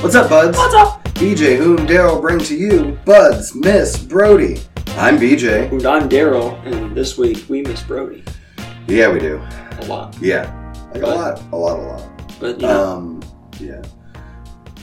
What's up, buds? What's up? BJ, who and Daryl bring to you Buds, Miss, Brody. I'm BJ. And I'm Daryl, and this week we miss Brody Yeah, we do. a lot. Yeah. Like a But- lot. A lot, a lot. But you know, Um, yeah.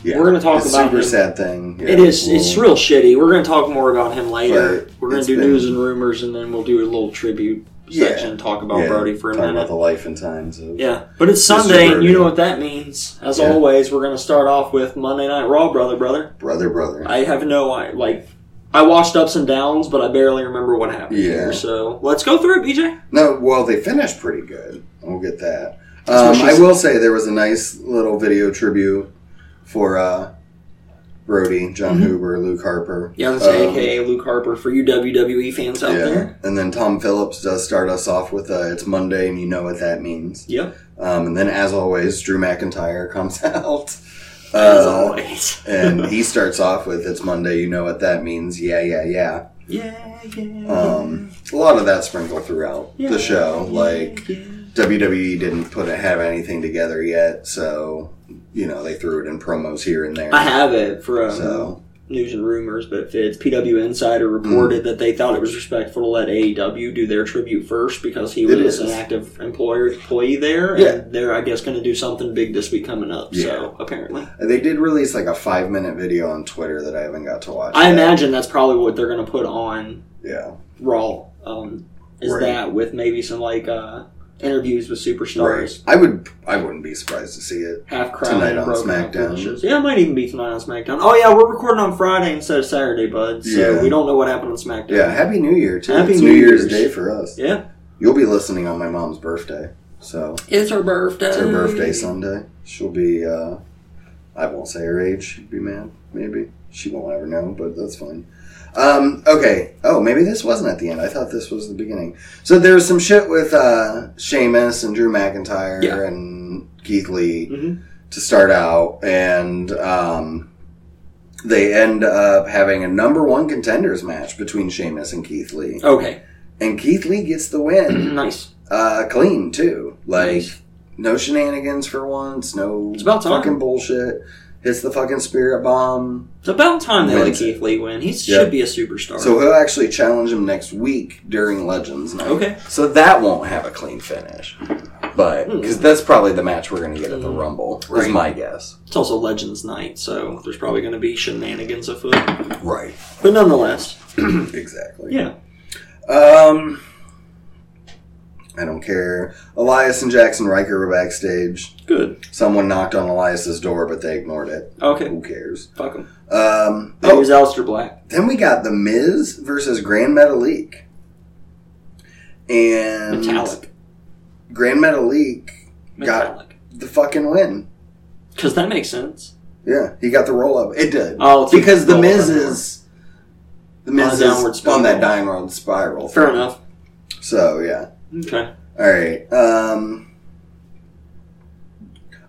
Yeah. We're gonna talk it's about super him. sad thing. Yeah, it is we'll- it's real shitty. We're gonna talk more about him later. But We're gonna it's do been- news and rumors, and then we'll do a little tribute Yeah. section and talk about yeah, Brody for a talk about minute. the life and times of Yeah, but it's Sunday, and Brody. you know what that means. As Yeah. always, we're gonna start off with Monday Night Raw, brother, brother. brother, brother. I have no I like. I watched ups and downs, but I barely remember what happened Yeah. Um, here. So let's go through it, BJ. No, well, they finished pretty good. We'll get that. That's what Um, she I said. will say there was a nice little video tribute for uh, Brody, John Mm-hmm. Huber, Luke Harper. Yeah, that's say Um, AKA Luke Harper for you WWE fans out there. And then Tom Phillips does start us off with uh, "It's Monday and you know what that means." Yep, Um, and then, as always, Drew McIntyre comes out, as uh, always. and he starts off with "It's Monday, you know what that means." Yeah, yeah, yeah. yeah, yeah. Um, a lot of that sprinkled throughout yeah, the show, yeah, like. yeah. WWE didn't put have anything together yet, so you know they threw it in promos here and there. I have it from So news and rumors, but it fits. PW Insider Hmm. reported that they thought it was respectful to let AEW do their tribute first because he It was is. an active employer employee there, Yeah. and they're I guess going to do something big this week coming up. So apparently, they did release like a five minute video on Twitter that I haven't got to watch. I yet. imagine that's probably what they're going to put on Yeah, Raw. Um, is Right. that with maybe some like uh, interviews with superstars, right. I would. I wouldn't be surprised to see it. half crown Tonight and on broken up SmackDown. finishes. Yeah, it might even be tonight on SmackDown. Oh yeah, we're recording on Friday instead of Saturday, bud. So Yeah. we don't know what happened on SmackDown. Yeah, Happy New Year too. Happy it's New New Year's. Year's. Day for us. Yeah. You'll be listening on my mom's birthday, so It's her birthday. it's her birthday Sunday. She'll be. uh I won't say her age. She'd be mad. Maybe she won't ever know, but that's fine. Um, okay. Oh, maybe this wasn't at the end. I thought this was the beginning. So there was some shit with uh, Sheamus and Drew McIntyre Yeah. and Keith Lee Mhm. to start out, and um, they end up having a number one contenders match between Sheamus and Keith Lee, Okay. and Keith Lee gets the win, nice. uh, clean too. Like Nice. no shenanigans for once. No, It's about time. fucking bullshit. Hits the fucking spirit bomb. It's about time they let Wins it. Keith Lee win. He Yeah. should be a superstar. So he'll actually challenge him next week during Legends Night. Okay. So that won't have a clean finish, but Hmm. because that's probably the match we're gonna get at the Rumble. Is my guess. it's also Legends Night, so there's probably going to be shenanigans afoot. Right. But nonetheless, Exactly. yeah. Um. I don't care. Elias and Jackson Riker were backstage. Good. Someone knocked on Elias's door, but they ignored it. Okay. Who cares? Fuck him. Um, It was Aleister Black. Then we got The Miz versus Grand Metalik. And Metallic. Grand Metalik got Metallic. the fucking win. Because that makes sense. Yeah, he got the roll up. It did. Oh, it's a because The roll-up. Miz is. The Miz is a downward on spiral. that downward spiral. Fair enough. So, yeah. Okay. Alright. Um.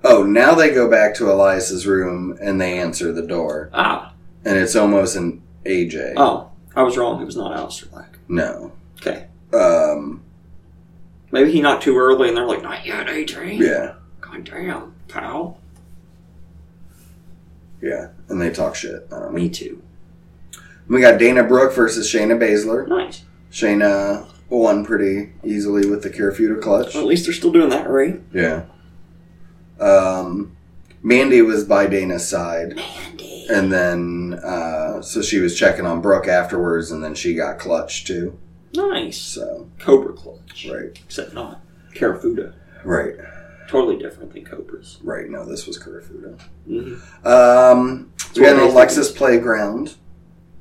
Oh, now they go back to Elias's room and they answer the door. Ah. And it's almost an AJ. Oh, I was wrong. It was not Aleister Black. No. Okay. Um. Maybe he knocked too early, and they're like, "Not yet, Adrian." Yeah. God damn, pal. Yeah, and they talk shit. I don't know. Me too. We got Dana Brooke versus Shayna Baszler. Nice. Shayna won pretty easily with the Carefuta clutch. Well, at least they're still doing that, right? Yeah. Um, Mandy was by Dana's side, Andy. and then uh, so she was checking on Brooke afterwards, and then she got clutch too. Nice. So Cobra clutch. right, Except not Carafuda. right, Totally different than Cobras. right. No, this was Carefuta. hmm Um, we got what an makes Alexis playground.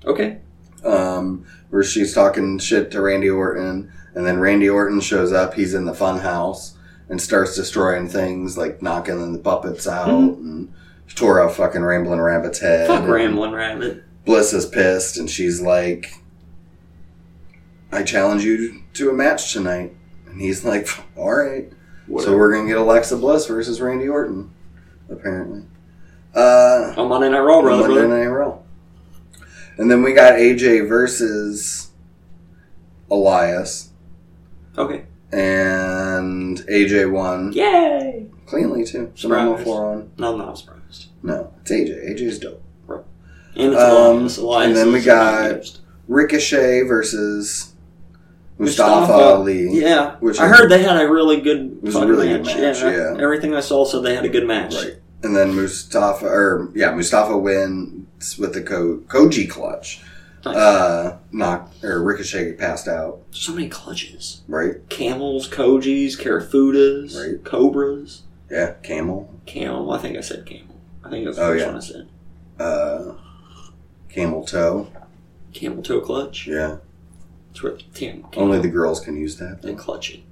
Okay. um, where she's talking shit to Randy Orton, and then Randy Orton shows up. He's in the fun house and starts destroying things, like knocking the puppets out and tore out fucking Ramblin' Rabbit's head. Mm-hmm. Fuck and Ramblin' Rabbit. Bliss is pissed, and she's like, "I challenge you to a match tonight." And he's like, "All right." So Whatever. we're gonna get Alexa Bliss versus Randy Orton, apparently. Uh, On Monday Night Raw, brother. Monday brother. Night Raw. And then we got AJ versus Elias, Okay. and AJ won Yay! cleanly too. Phenomenal Surprised. four on. No, I'm not surprised. No, it's AJ. AJ's dope. And it's Um, Elias. Elias and then we is got used. Ricochet versus Mustafa, Mustafa. Ali. Yeah, Which I is- heard they had a really good It was a fucking really good match, yeah. everything I saw said they had a good match. Right. And then Mustafa, or yeah, Mustafa wins with the Ko- Koji clutch. Nice. Uh, knock or Ricochet passed out. so many clutches: Right. camels, kojis, carafudas, Right. cobras, Yeah. Camel. camel. I think I said camel. I think that's the Oh, first yeah. one I said. Uh, camel toe. Camel toe clutch. Yeah. It's where tam- camel Only the girls can use that. and Though. clutch it.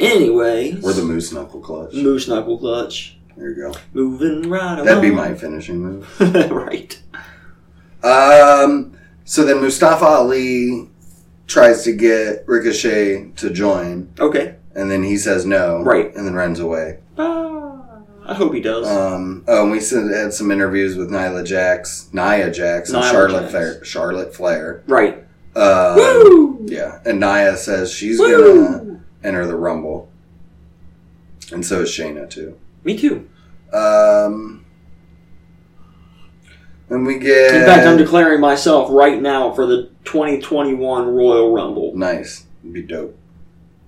Anyway, Or the moose knuckle clutch. moose knuckle clutch. There you go. Moving right That'd be along. my finishing move. right. Um, so then Mustafa Ali tries to get Ricochet to join, Okay. and then he says no. Right. And then runs away. Ah, I hope he does. Um, oh, and we said- had some interviews with Nyla Jax, Nia Jax, and Nia Charlotte Jax. Flair. Charlotte Flair. right. Um, Woo! yeah, and Nia says she's gonna Woo! enter the Rumble, and so is Shayna too. Me too. Um, and we get In fact, I'm declaring myself right now for the 2021 Royal Rumble. nice, be dope.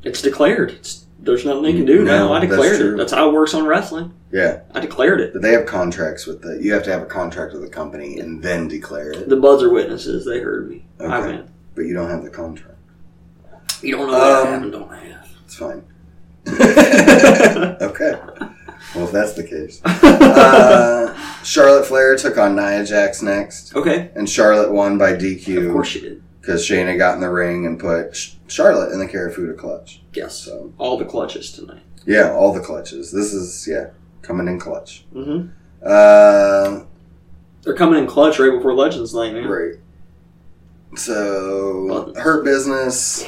It's declared. It's, there's nothing they can do No, now. I that's declared true. it. That's how it works on wrestling. Yeah. I declared it. But they have contracts with the. You have to have a contract with the company and then declare it. The buzzer witnesses, they heard me. I Okay. went. But you don't have the contract. You don't know Um, what happened, don't have. It's fine. okay. Well, if that's the case, uh, Charlotte Flair took on Nia Jax next, okay. and Charlotte won by Of course DQ you did. because Shayna got in the ring and put Sh- Charlotte in the Carafuda clutch. Yes. So All the clutches tonight. yeah, all the clutches. This is yeah coming in clutch. Mm-hmm. Uh, They're coming in clutch right before Legends night, man. Right. So her business,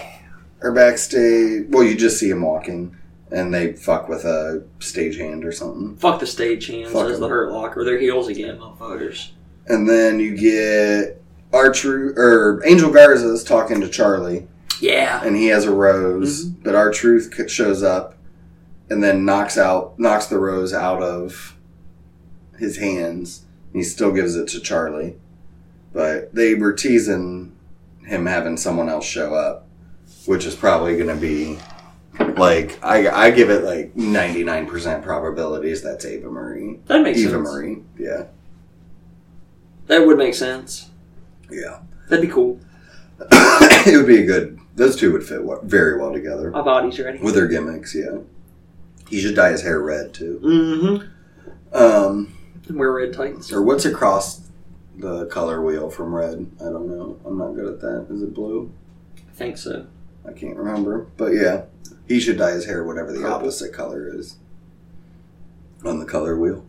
her backstage. Well, you just see him walking, and they fuck with a stagehand or something, Fuck the stage hands Fuck as the 'em. Hurt Locker. They're heels again, motherfuckers. and then you get Artru or Angel Garza's talking to Charlie, Yeah. and he has a rose, Mm-hmm. but our truth shows up, and then knocks out knocks the rose out of his hands. And he still gives it to Charlie, but they were teasing him having someone else show up, which is probably going to be like I, I give it like ninety nine percent probabilities that's Ava Marie. That makes Eva sense. Marie, yeah, That would make sense. yeah. That'd be cool. it would be a good. Those two would fit wa- very well together. My body's ready. With their gimmicks, yeah. He should dye his hair red too. Mm-hmm. Um, And wear red tights. or what's across the color wheel from red? I don't know. I'm not good at that. Is it blue? I think so. I can't remember. But yeah, he should dye his hair whatever the Purple. opposite color is on the color wheel.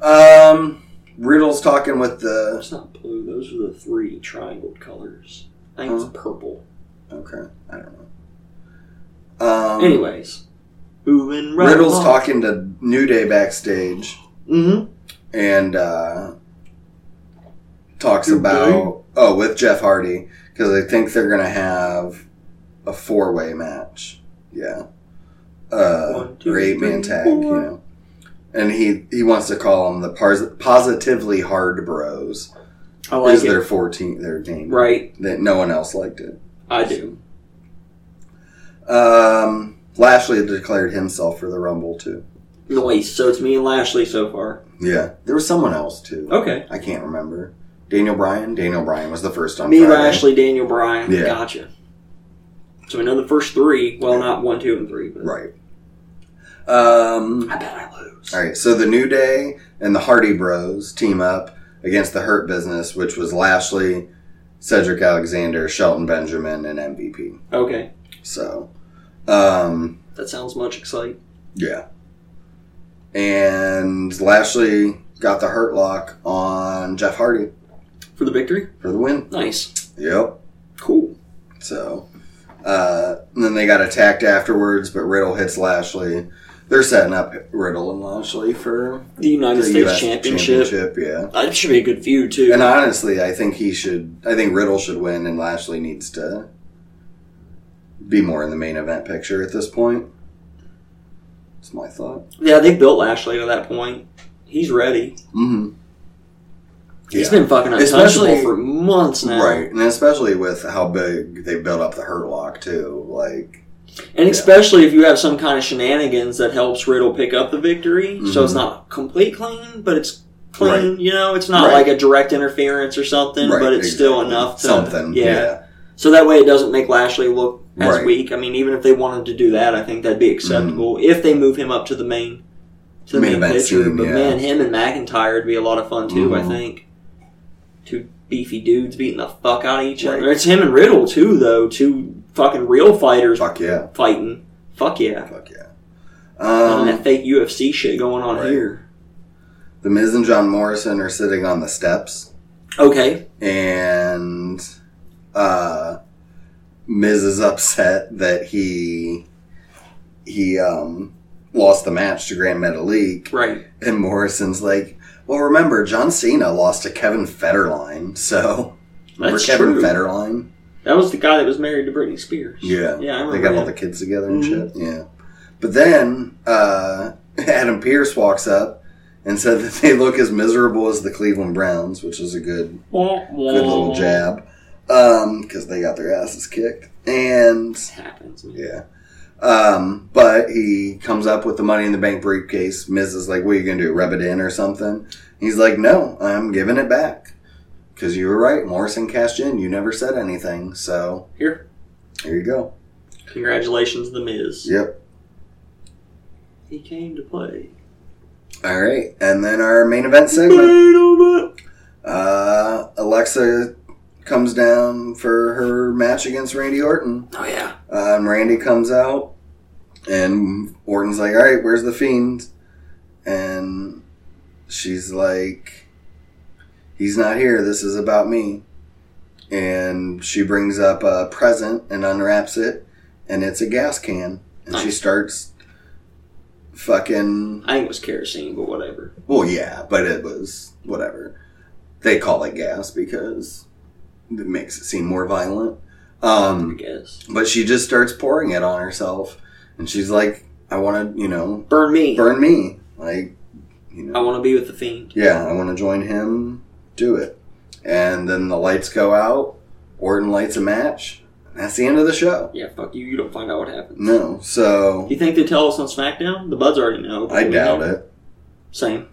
Um, Riddle's talking with the. It's not blue. Those are the three triangled colors. I think it's purple. Okay, I don't know. Um, Anyways, moving right Riddle's talking to New Day backstage. Mm-hmm. and uh, talks Good about day. oh with Jeff Hardy because I think they're gonna have a four way match. Yeah, uh, One, two, or eight man three, tag. You four. know, and he he wants to call them the pars- positively hard bros. I like is it. their fourteen their name Right, that no one else liked it. I do. Um, Lashley declared himself for the Rumble too. Noise. So it's me and Lashley so far. Yeah, there was someone else too. Okay. I can't remember. Daniel Bryan. Daniel Bryan was the first on me, Friday. Lashley, Daniel Bryan. Yeah. Gotcha. So we know the first three. Well, not one, two, and three. But Right. Um, I bet I lose. all right. So the New Day and the Hardy Bros team up against the Hurt Business, which was Lashley, Cedric Alexander, Shelton Benjamin, and MVP. Okay. So, um, That sounds much exciting. yeah. And Lashley got the Hurt Lock on Jeff Hardy For the victory? for the win. Nice. Yep. Cool. So, uh, and then they got attacked afterwards, but Riddle hits Lashley. They're setting up Riddle and Lashley for The United the States US championship. championship. Yeah, That should be a good feud, too. and honestly, I think he should. I think Riddle should win, and Lashley needs to be more in the main event picture at this point. That's my thought. Yeah, they built Lashley to that point. He's ready. Mm-hmm. He's been fucking untouchable Especially- for months now. Right, and especially with how big they built up the Hurt Lock too. Like, And Yeah. especially if you have some kind of shenanigans that helps Riddle pick up the victory, so it's Mhm. not complete clean, but it's clean. You know, it's not Right. like a direct interference or something, right, but it's still exactly. enough to something. Yeah. Yeah. So that way, it doesn't make Lashley look as Right. Mm-hmm. weak. I mean, even if they wanted to do that, I think that'd be acceptable if they move him up to the main to the Main main, event picture. soon, but yeah. man, him and McIntyre would be a lot of fun too. I Mhm. think two beefy dudes beating the fuck out of each Right. other. It's him and Riddle too, though. Two fucking real fighters Fuck yeah. fighting. Fuck yeah. Fuck yeah. None of Um, that fake UFC shit going on right. here. the Miz and John Morrison are sitting on the steps, Okay. and uh, Miz is upset that he he um, lost the match to Grand Metalik, Right. and Morrison's like, "Well, remember John Cena lost to Kevin Federline, so remember That's Kevin true. Federline? That was the guy that was married to Britney Spears. Yeah, Yeah, I they remember got all him. the kids together and Mhm. shit. Yeah, but then uh, Adam Pierce walks up and said that they look as miserable as the Cleveland Browns, which is a good good little jab because they got their asses kicked. And Happens. man. yeah, um, but he comes up with the Money in the Bank briefcase. Miz is like, "What are you gonna do? Rub it in or something?" He's like, "No, I'm giving it back." Because you were right, Morrison cashed in. You never said anything, so Here. here you go. Congratulations, The Miz. Yep. He came to play. All right, and then our main event segment. Uh, Alexa comes down for her match against Randy Orton. Oh yeah. Uh, and Randy comes out, and Orton's like, "All right, where's the fiend?" And she's like, "He's not here. This is about me." And she brings up a present and unwraps it, and it's a gas can. And she Nice. starts fucking I think it was kerosene, but whatever. Well, yeah, but it was whatever. They call it gas because it makes it seem more violent. I Um, guess. but she just starts pouring it on herself, and she's like, "I want to, you know, Burn me. burn me, like, you I know, want to be with the fiend. yeah, I want to join him, do it." And then the lights go out. Orton lights a match. And that's the end of the show. Yeah. Fuck you. You don't find out what happened. No, so You think they tell us on SmackDown? The buds already know. I doubt it. Same.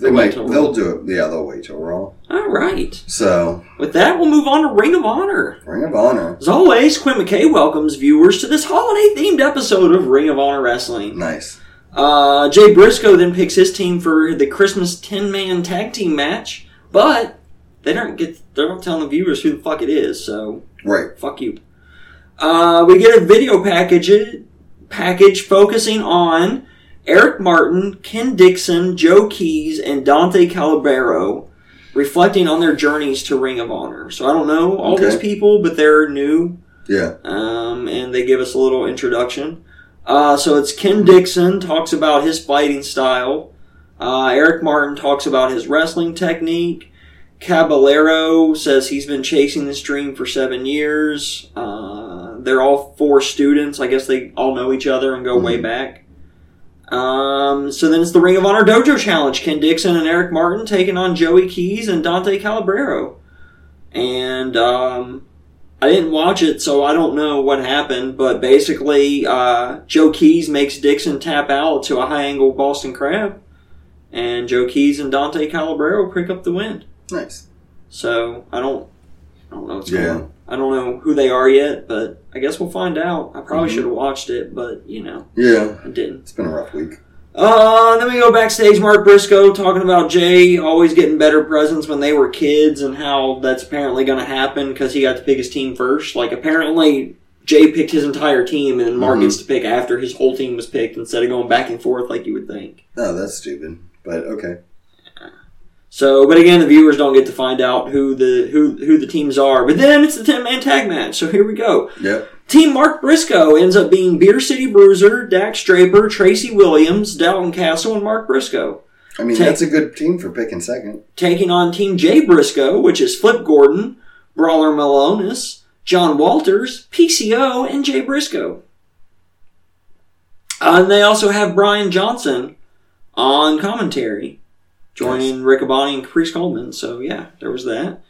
They Wait might. till They'll Raw. do it. Yeah, they'll wait till Raw. All right. So With that, we'll move on to Ring of Honor. Ring of Honor, As always, Quinn McKay welcomes viewers to this holiday-themed episode of Ring of Honor Wrestling. nice. Uh, Jay Briscoe then picks his team for the Christmas ten man tag team match, but they don't get they're not telling the viewers who the fuck it is, so Right. fuck you. Uh, we get a video package package focusing on Eric Martin, Ken Dixon, Joe Keys, and Dante Calabero, reflecting on their journeys to Ring of Honor. So I don't know all Okay. these people, but they're new Yeah. um, and they give us a little introduction. Uh, so it's Ken Dixon talks about his fighting style. Uh, Eric Martin talks about his wrestling technique. Caballero says he's been chasing this dream for seven years. Uh, they're all four students. I guess they all know each other and go way Mhm. back. Um, so then it's the Ring of Honor Dojo Challenge. Ken Dixon and Eric Martin taking on Joey Keys and Dante Calabrero. And um, I didn't watch it, so I don't know what happened. But basically, uh, Joe Keys makes Dixon tap out to a high angle Boston Crab, and Joe Keys and Dante Calabrero pick up the win. Nice. So I don't, I don't know what's Yeah. going on. I don't know who they are yet, but I guess we'll find out. I probably Mhm. should have watched it, but you know, Yeah. I didn't. It's been a rough week. Uh, then we go backstage. Mark Briscoe talking about Jay always getting better presents when they were kids and how that's apparently going to happen because he got to pick his team first. Like, apparently, Jay picked his entire team and then Mark Mhm. gets to pick after his whole team was picked instead of going back and forth like you would think. No, Oh, that's stupid. But okay. So, but again, the viewers don't get to find out who the who who the teams are. But then it's the ten man tag match. So here we go. Yep. Team Mark Briscoe ends up being Beer City Bruiser, Dax Draper, Tracy Williams, Dalton Castle, and Mark Briscoe. I mean, Take- that's a good team for picking second. taking on Team Jay Briscoe, which is Flip Gordon, Brawler Malonis, John Walters, PCO, and Jay Briscoe. Uh, and they also have Brian Johnson on commentary, joining Rick Abani and Caprice Coleman. So yeah, there was that.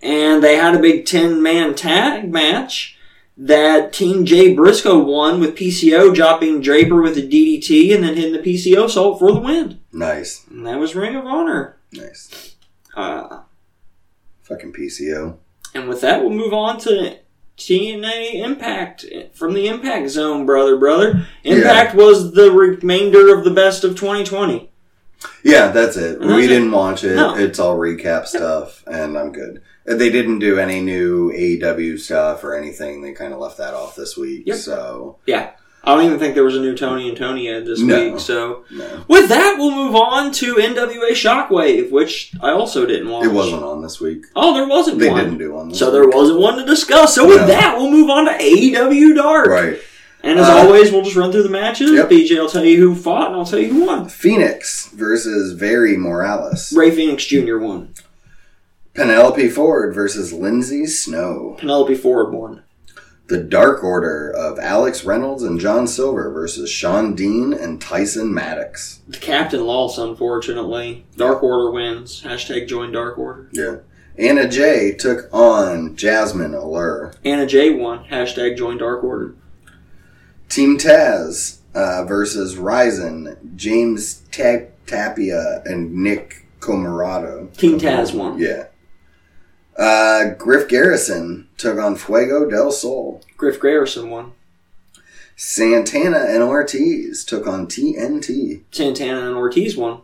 And they had a big ten man tag match that Team Jay Briscoe won with PCO dropping Draper with a DDT and then hitting the PCO salt for the win. Nice, And that was Ring of Honor. nice. Uh, Fucking PCO. and with that, we'll move on to TNA Impact from the Impact Zone, brother, brother. Yeah. Impact was the remainder of the best of 2020. Yeah, that's it. And that's we it. didn't watch it. No. It's all recap stuff, and I'm good. They didn't do any new AEW stuff or anything. They kind of left that off this week. Yep. So I don't even think there was a new Tony and Tony Ed this No. week. So no, with that, we'll move on to NWA Shockwave, which I also didn't watch. it wasn't on this week. Oh, there wasn't They one. didn't do one. This So there week. wasn't one to discuss. So with No. that, we'll move on to AEW Dark. right. And as Uh, always, we'll just run through the matches. yep. BJ will tell you who fought, and I'll tell you who won. Phoenix versus Very Morales. Ray Phoenix Jr. won. Penelope Ford versus Lindsay Snow. Penelope Ford won. The Dark Order of Alex Reynolds and John Silver versus Sean Dean and Tyson Maddox. The captain lost, unfortunately. Dark Order wins. Hashtag join Dark Order. Yeah. Anna Jay took on Jasmine Allure. Anna J won. Hashtag join Dark Order. Team Taz uh, versus Ryzen, James Ta- Tapia, and Nick Comorado. Team Taz won. Yeah. Uh, Griff Garrison took on Fuego del Sol. Griff Garrison won. Santana and Ortiz took on TNT. Santana and Ortiz won.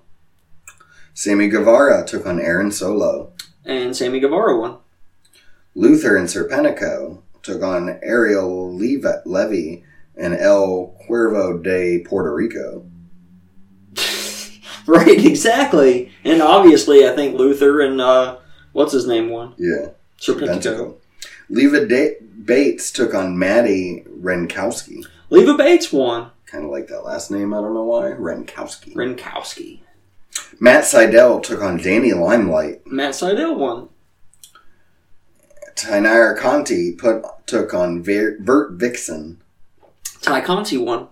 Sammy Guevara took on Aaron Solo. And Sammy Guevara won. Luther and Serpentico took on Ariel Leva- Levy and El Cuervo de Puerto Rico. Right, exactly. And obviously, I think Luther and, uh, what's his name won? Yeah, Serpentico. Serpentico. Leva da- Bates took on Maddie Renkowski. Leva Bates won. Kind of like that last name, I don't know why. Renkowski. Rinkowski. Matt Seidel took on Danny Limelight. Matt Seidel won. Tainara Conti put, took on Ver- Bert Vixen. Ty Conti won.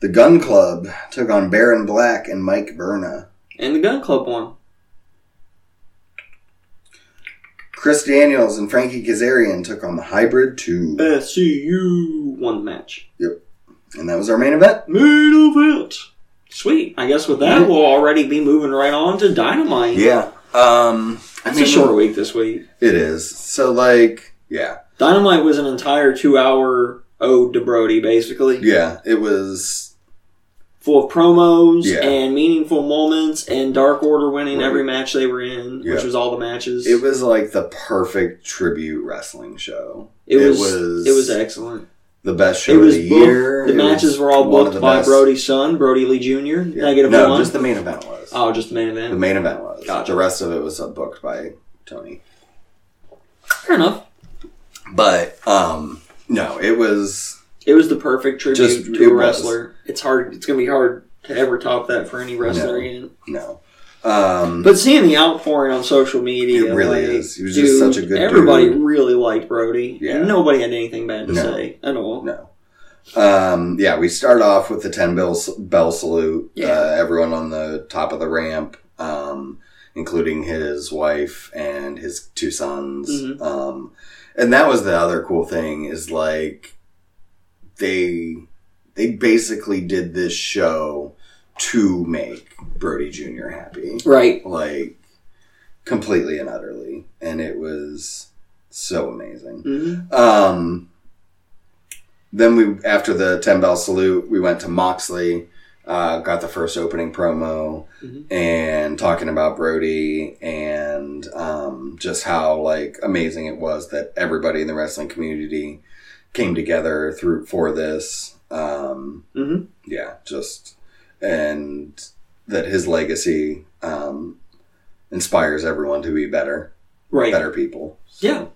The Gun Club took on Baron Black and Mike Berna. And the Gun Club won. Chris Daniels and Frankie Kazarian took on the Hybrid 2. SCU won the match. And that was our main event. Main event. Sweet. I guess with that, we'll already be moving right on to Dynamite. Yeah. Um, I It's mean, a short week this week. It is. So, like, yeah. Dynamite was an entire two-hour ode to Brody, basically. Yeah. It was. full of promos Yeah. and meaningful moments and Dark Order winning Right. every match they were in, Yeah. which was all the matches. It was like the perfect tribute wrestling show. It it was, was- it was excellent. The best show It was of the booked- year. The It matches was were all one of booked the by best- Brody's son, Brody Lee Jr. Yeah. Negative no, one. just the main event was. oh, just the main the event. main event was. Gotcha. The rest of it was uh, booked by Tony. Fair enough. But, um, no, it was. It was the perfect tribute Just- it to a was. wrestler. It's hard. It's gonna be hard to ever top that for any wrestler again. No. Um, But seeing the outpouring on social media, It really like, is. He was just such a good Everybody dude. really liked Brody. Yeah. Nobody had anything bad to No. say at all. no. Um, yeah, we start off with the 10 bell, bell salute. Yeah. Uh, everyone on the top of the ramp, um, including his wife and his two sons. Mhm. Um, and that was the other cool thing is like they they basically did this show to make Brody Jr. happy. Right. Like completely and utterly. And it was so amazing. hmm Um, then we, after the 10 bell salute, we went to Moxley, uh, got the first opening promo Mhm. and talking about Brody and, um, just how like amazing it was that everybody in the wrestling community came together through for this. Um, Mhm. yeah, just, and that his legacy, um, inspires everyone to be better, Right. better people. Yeah.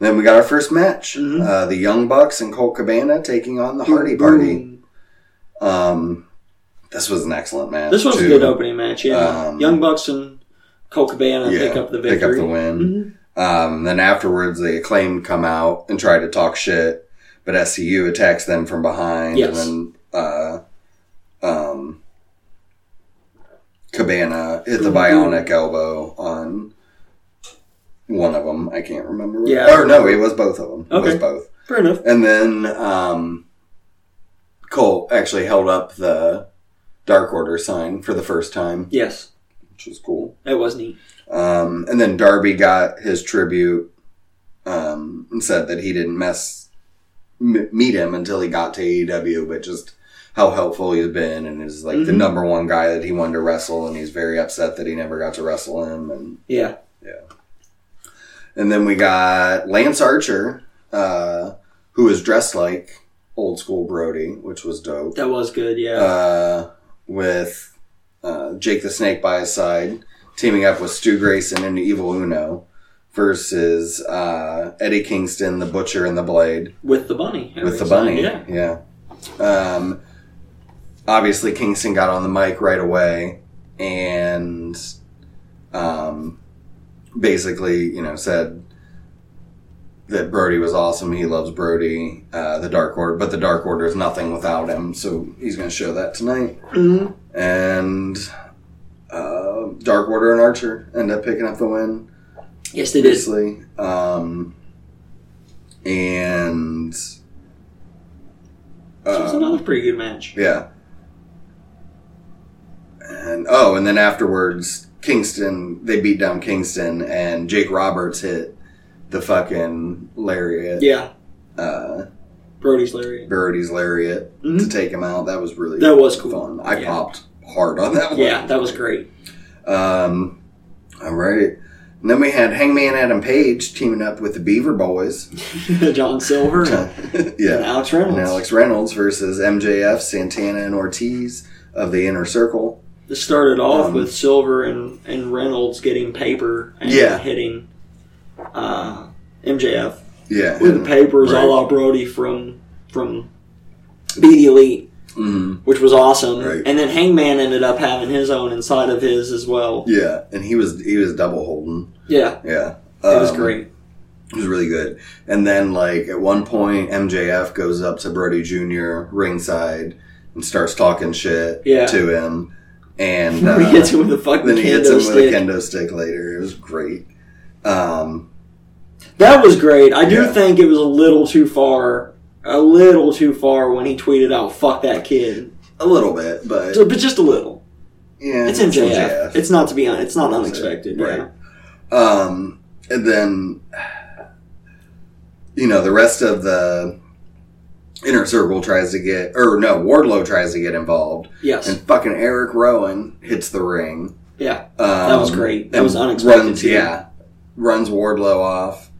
Then we got our first match: Mhm. uh, the Young Bucks and Colt Cabana taking on the Hardy Party. Ooh. Um, this was an excellent match. This was too. a good opening match, yeah. Um, Young Bucks and Colt Cabana Yeah, pick up the Pick up victory. the win. Mhm. Um, then afterwards, the acclaim come out and try to talk shit, but SCU attacks them from behind. Yes. And uh, um, Cabana at Mm-hmm. the Bionic Elbow on one of them. I can't remember. what- Yeah. Or no, it was both of them. It Okay. was both. Fair enough. And then um, Cole actually held up the Dark Order sign for the first time, Yes, which was cool. that was neat. Um, and then Darby got his tribute um, and said that he didn't mess m- meet him until he got to AEW, but just how helpful he's been and is like the Mhm. number one guy that he wanted to wrestle, and he's very upset that he never got to wrestle him. And Yeah. and then we got Lance Archer, uh, who was dressed like old school Brody, which was dope. That was good, yeah. uh, with uh, Jake the Snake by his side, teaming up with Stu Grayson and Evil Uno versus uh, Eddie Kingston, the Butcher, and the Blade with the bunny. with the Everything's Bunny. fine, Yeah. Um, obviously, Kingston got on the mic right away and um, basically, you know, said. That Brody was awesome. He loves Brody, uh, the Dark Order, but the Dark Order is nothing without him. So he's going to show that tonight yeah. Mhm. and uh, Dark Order and Archer end up picking up the win. Yes, they did. obviously. Um, and So it's uh, another pretty good match. yeah, and oh, and then afterwards, Kingston they beat down Kingston, and Jake Roberts hit the fucking lariat, Yeah, uh, Brody's Larry. Birdie's lariat Mhm. to take him out. That was really That was cool. fun. I Yeah. popped hard on that one. Yeah, that was great. Um, all right. And then we had Hangman Adam Page teaming up with the Beaver Boys. John Silver and yeah. Alex And Reynolds. Alex Reynolds versus MJF, Santana, and Ortiz of the Inner Circle. This started off Um, with Silver and, and Reynolds getting paper and Yeah. hitting uh, MJF Yeah. with the papers Right. all la Brody from from Be the Elite, Mhm. which was awesome. Right. And then Hangman ended up having his own inside of his as well. Yeah. And he was he was double holding. Yeah, Yeah. it was Um, great. It was really good. And then, like, at one point, MJF goes up to Brody Jr. ringside and starts talking shit Yeah. to him. And he hits him with a fucking uh, Then he hits kendo him with stick. a kendo stick later. It was great. Um, That was great. I do Yeah. think it was a little too far. A little too far when he tweeted out "fuck that kid," a little bit, but Ju- but just a little. yeah, It's MJF. It's not to be honest. It's not unexpected. Right. Yeah. Um, and then you know the rest of the inner circle tries to get, or no, Wardlow tries to get involved, Yes. and fucking Eric Rowan hits the ring. yeah. Um, that was great. That was unexpected, Runs, too. yeah, runs Wardlow off.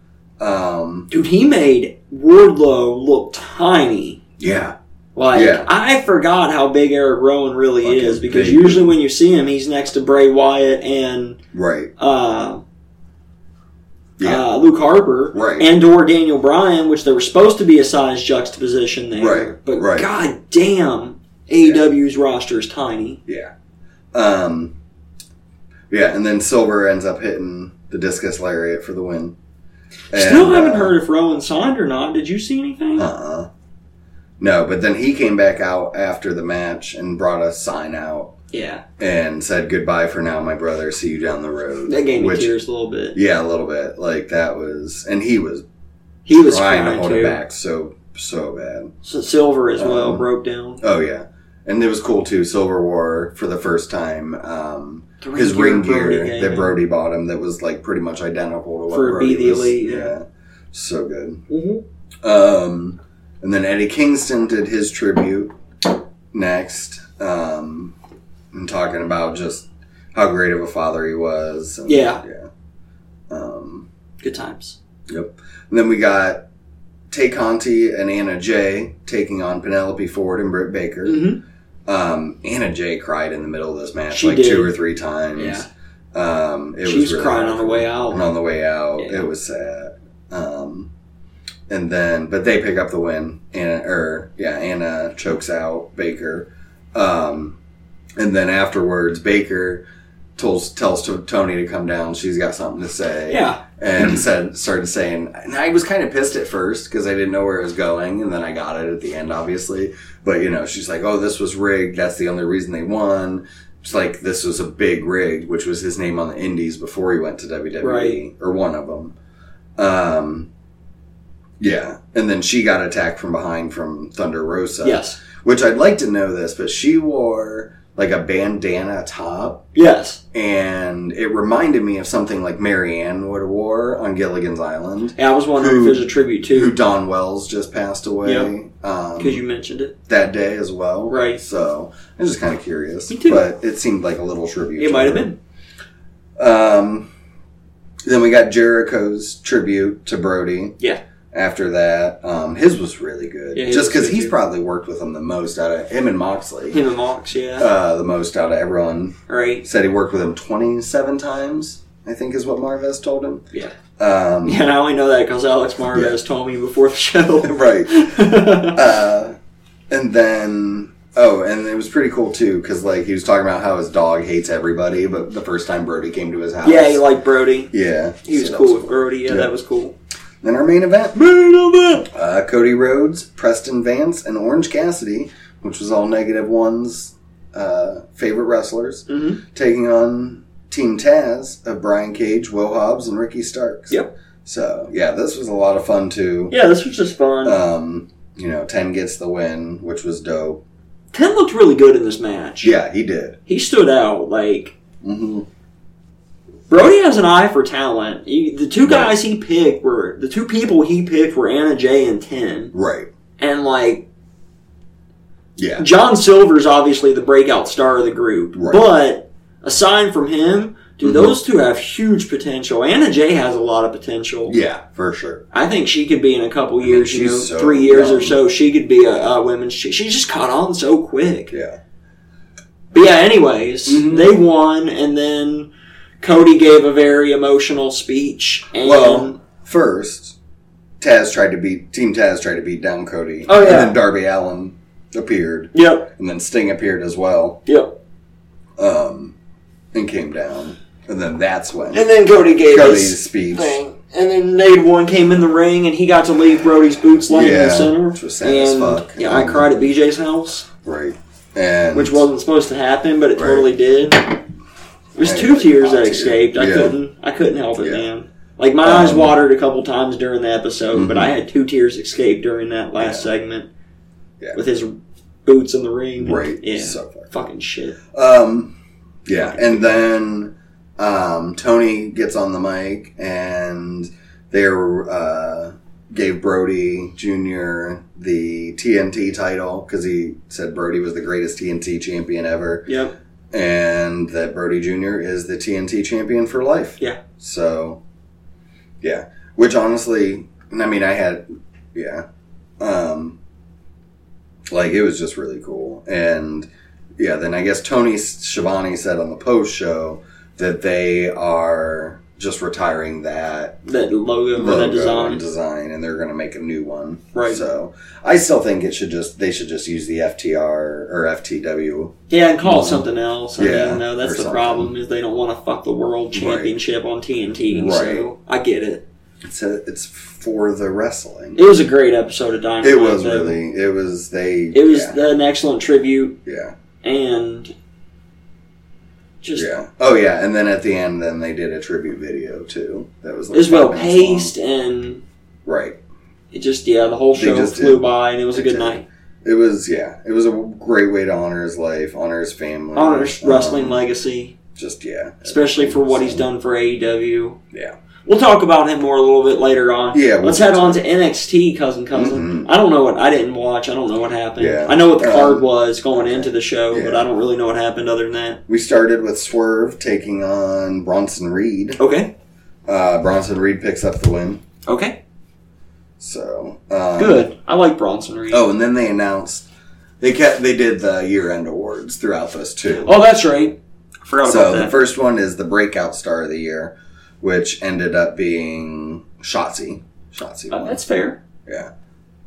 Um, Dude, he made Wardlow look tiny. yeah, Like Yeah. I forgot how big Eric Rowan really Fucking is because big. usually when you see him, he's next to Bray Wyatt and right, uh, yeah, uh, Luke Harper Right. and or Daniel Bryan, which there was supposed to be a size juxtaposition there. Right, But right. god damn, AEW's roster is tiny. yeah. Um, yeah, and then Silver ends up hitting the discus lariat for the win. Still And, haven't uh, heard if Rowan signed or not. Did you see anything? Uh-uh. No, but then he came back out after the match and brought a sign out yeah, and said goodbye for now, my brother. See you down the road. that gave me Which- tears a little bit. Yeah, a little bit. Like that was, and he was, He was trying to crying hold too. it back so so bad. S- Silver as well Um, broke down. Oh yeah, and it was cool too. Silver wore for the first time um, The his ring gear Brody gave that him. Brody bought him that was like pretty much identical to what For Brody Be the was- Elite, yeah. Yeah, so good. Mhm. Um, and then Eddie Kingston did his tribute next, um, and talking about just how great of a father he was. and- Yeah. yeah. Um, Good times. and then we got Tay Conti and Anna Jay taking on Penelope Ford and Britt Baker. hmm Um, Anna Jay cried in the middle of this match She like did. two or three times. Yeah. Um, it She was really crying on her awful. way out. And on the way out, Yeah. it was sad. Um, and then, but they pick up the win. Anna, or yeah, Anna chokes out Baker. Um, and then afterwards, Baker tells tells to Tony to come down. She's got something to say. Yeah. And said started saying, and I was kind of pissed at first because I didn't know where it was going, and then I got it at the end, obviously. But you know, she's like, "Oh, this was rigged. That's the only reason they won." It's like this was a big rig, which was his name on the Indies before he went to WWE, Right. or one of them. Um, yeah, and then she got attacked from behind from Thunder Rosa. Yes. which I'd like to know this, but she wore like a bandana top Yes. and it reminded me of something like Marianne would have wore on Gilligan's Island, Yeah, I was wondering Who- if there's a tribute who too Don Wells just passed away um, because you mentioned it. that day as well. Right. So I was just kind of curious, Me too. but it seemed like a little tribute. It to might have her. been. Um, then we got Jericho's tribute to Brody. Yeah. After that, um, his was really good. Yeah, Just 'cause just his was because good he's too. probably worked with him the most out of him and Moxley, Him and Mox, yeah. uh, the most out of everyone. right. Said he worked with him 27 times, I think is what Marvez told him. Yeah. Um, Yeah, and I only know that because Alex Marvez told me before the show. Right. Uh, and then, oh, and it was pretty cool too, because like he was talking about how his dog hates everybody, but the first time Brody came to his house. yeah, he liked Brody. yeah. He was So that cool with Brody. Yeah, Yeah. that was cool. Then our main event Man of it! uh, Cody Rhodes, Preston Vance, and Orange Cassidy, which was all negative ones. Uh, favorite wrestlers Mhm. taking on Team Taz of Brian Cage, Will Hobbs, and Ricky Starks. Yep. So yeah, this was a lot of fun too. Yeah, this was just fun. Um, you know, ten gets the win, which was dope. Ten looked really good in this match. Yeah, he did. He stood out. Like, Mm-hmm. hmm Brody has an eye for talent. He, the two Right. guys he picked were, the two people he picked were Anna Jay and Ten. Right. And, like, Yeah. John Silver's obviously the breakout star of the group, Right. but aside from him, dude, Mhm. those two have huge potential. Anna Jay has a lot of potential. Yeah, for sure. I think she could be in a couple I mean, years, you she's know, so three years or young. so, she could be a, a women's. She, she just caught on so quick. Yeah. But yeah, anyways, Mhm. they won, and then Cody gave a very emotional speech. And Well- Um, First, Taz tried to beat Team Taz tried to beat down Cody. Oh, yeah. And then Darby Allen appeared, yep, and then Sting appeared as well, yep. um, and came down. And then that's when And then Cody gave his Cody's speech, thing. And then Nate One came in the ring, and he got to leave Brody's boots laying in Yeah, the center. which was sad as And, fuck. Yeah, I Um, cried at BJ's house, right? And which wasn't supposed to happen, but it Right. totally did. It was Right, two like, tears hot that tear. escaped. I Yeah. couldn't. I couldn't help it, Yeah. man. Like my eyes Um, watered a couple times during the episode, but Mhm. I had two tears escape during that last segment Yeah. with his boots in the ring. right. Yeah. So far. Fucking shit. Um, yeah, and then um, Tony gets on the mic and they uh, gave Brody Jr. the TNT title because he said Brody was the greatest TNT champion ever, Yep. and that Brody Jr. is the TNT champion for life. Yeah. So, yeah, which honestly, I mean, I had, yeah, um, like it was just really cool, and yeah, then I guess Tony Schiavone said on the post show that they are just retiring that That logo, or logo that design. and design, and they're going to make a new one. Right. So I still think it should just they should just use the FTR or FTW. Yeah, and call it Mhm. something else. I Yeah, mean, no, that's or the something. problem is they don't want to fuck the world championship on TNT. So I get it. It's a, it's for the wrestling. It was a great episode of Dynamite. It was though. really. It was they. It was Yeah. an excellent tribute yeah. and just yeah. Oh yeah. And then at the end, then they did a tribute video too. That was it was well five minutes long. paced and Right. it just yeah the whole They show just flew did. by and it was a They did. good night. It was yeah. It was a great way to honor his life, honor his family, Honors um, wrestling legacy, Just yeah. especially for what he's done for AEW. Yeah. We'll talk about him more a little bit later on. Yeah. we'll- Let's head on to NXT, cousin, cousin. I don't know what I didn't watch. I don't know what happened. Mm-hmm. Yeah. I know what the Um, card was going into the show, but yeah. I don't really know what happened other than that. We started with Swerve taking on Bronson Reed. Okay. Uh, Bronson Reed picks up the win. Okay. So um, Good. I like Bronson Reed. Oh, and then they announced they kept they did the year end awards throughout this too. Oh, that's right. I forgot So about the that. first one is the breakout star of the year, which ended up being Shotzi. Shotzi Uh, won. that's fair.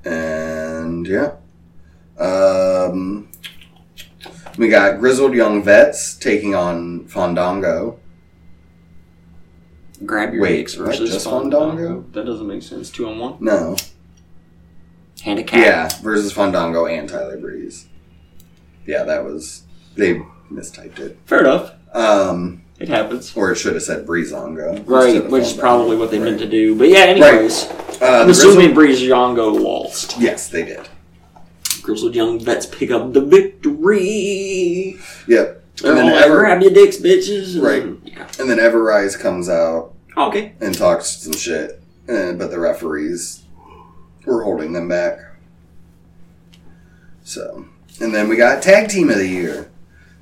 and yeah. Um, We got Grizzled Young Vets taking on Fandango. Grab your Wait, dicks what, versus just Fandango? That doesn't make sense. Two on one. No. Handicap. Yeah, versus Fandango and Tyler Breeze. Yeah, that was. They mistyped it. Fair enough. Um, It happens. or it should have said Breezango. Right, instead of which is Fandango. probably what they Right. meant to do. But yeah, anyways, Uh, I'm the Grizzled- assuming Breeze Yango waltzed. yes, they did. Grizzled Young Vets pick up the victory. Yep. They're And then all like, Ever- grab your dicks, bitches. and- Right. Yeah. And then Everrise comes out Okay. and talks some shit, eh, but the referees were holding them back. So, and then we got Tag Team of the Year,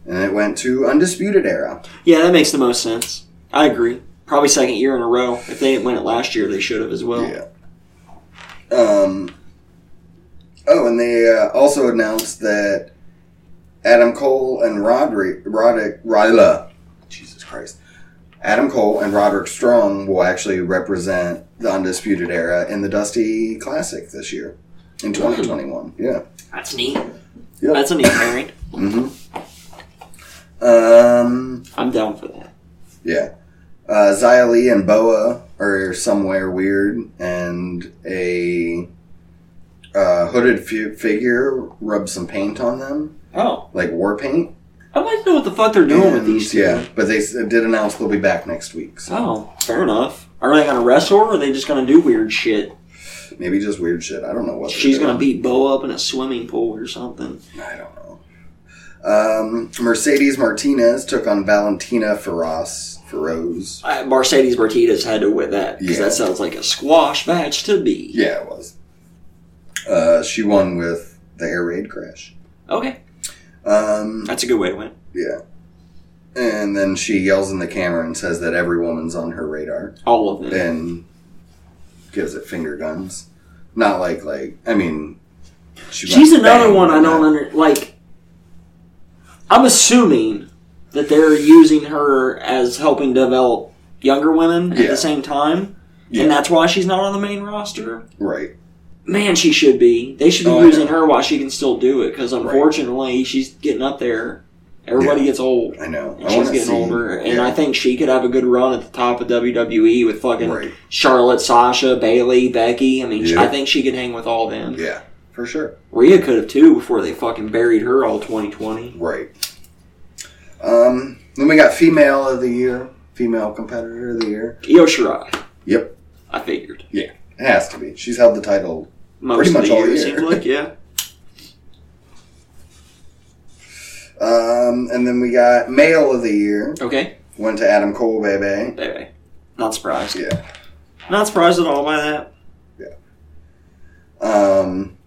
and it went to Undisputed Era. Yeah, that makes the most sense. I agree. Probably second year in a row. If they didn't win it last year, they should have as well. Yeah. Um. Oh, and they uh, also announced that Adam Cole and Roderick Roderick Ryla, Jesus Christ, Adam Cole and Roderick Strong will actually represent the Undisputed Era in the Dusty Classic this year in 2021. Yeah. That's neat. Yeah. That's a neat pairing. Mm-hmm. Um. I'm down for that. Yeah. Uh, Xia Li and Boa are somewhere weird, and a uh, hooded fi- figure rubs some paint on them, Oh, like war paint. I'd like to know what the fuck they're doing with And, these. two. Yeah, but they s- uh, did announce they'll be back next week, so Oh, fair enough. Are they gonna wrestle or are they just gonna do weird shit? maybe just weird shit. I don't know what they're She's doing. gonna beat Bo up in a swimming pool or something. I don't know. Um, Mercedes Martinez took on Valentina Ferraz. Ferroz. Uh, Mercedes Martinez had to win that because Yeah. that sounds like a squash match to be. Yeah, it was. Uh, she won with the air raid crash. Okay, Um, that's a good way to win. Yeah. And then she yells in the camera and says that every woman's on her radar All of them. and gives it finger guns. Not like, like, I mean, she She's went another bang one I on don't that. under like. I'm assuming that they're using her as helping develop younger women at Yeah. the same time, Yeah. and that's why she's not on the main roster. Right. Man, she should be. They should be Oh, I using know. her while she can still do it because unfortunately she's getting up there. Everybody Yeah. gets old. I know. And I she's want to getting see. older, and yeah, I think she could have a good run at the top of WWE with fucking Right. Charlotte, Sasha, Bailey, Becky. I mean, Yeah. I think she could hang with all them. Yeah, for sure. Rhea could have too before they fucking buried her all 2020. Right. Um, then we got female of the year, female competitor of the year. Io Shirai. Yep. I figured. It has to be. She's held the title. Most Pretty of much the all year, it year. seems like, yeah. Um, and then we got male of the year. Okay. Went to Adam Cole, baby. Anyway, not surprised. Yeah. Not surprised at all by that. Um,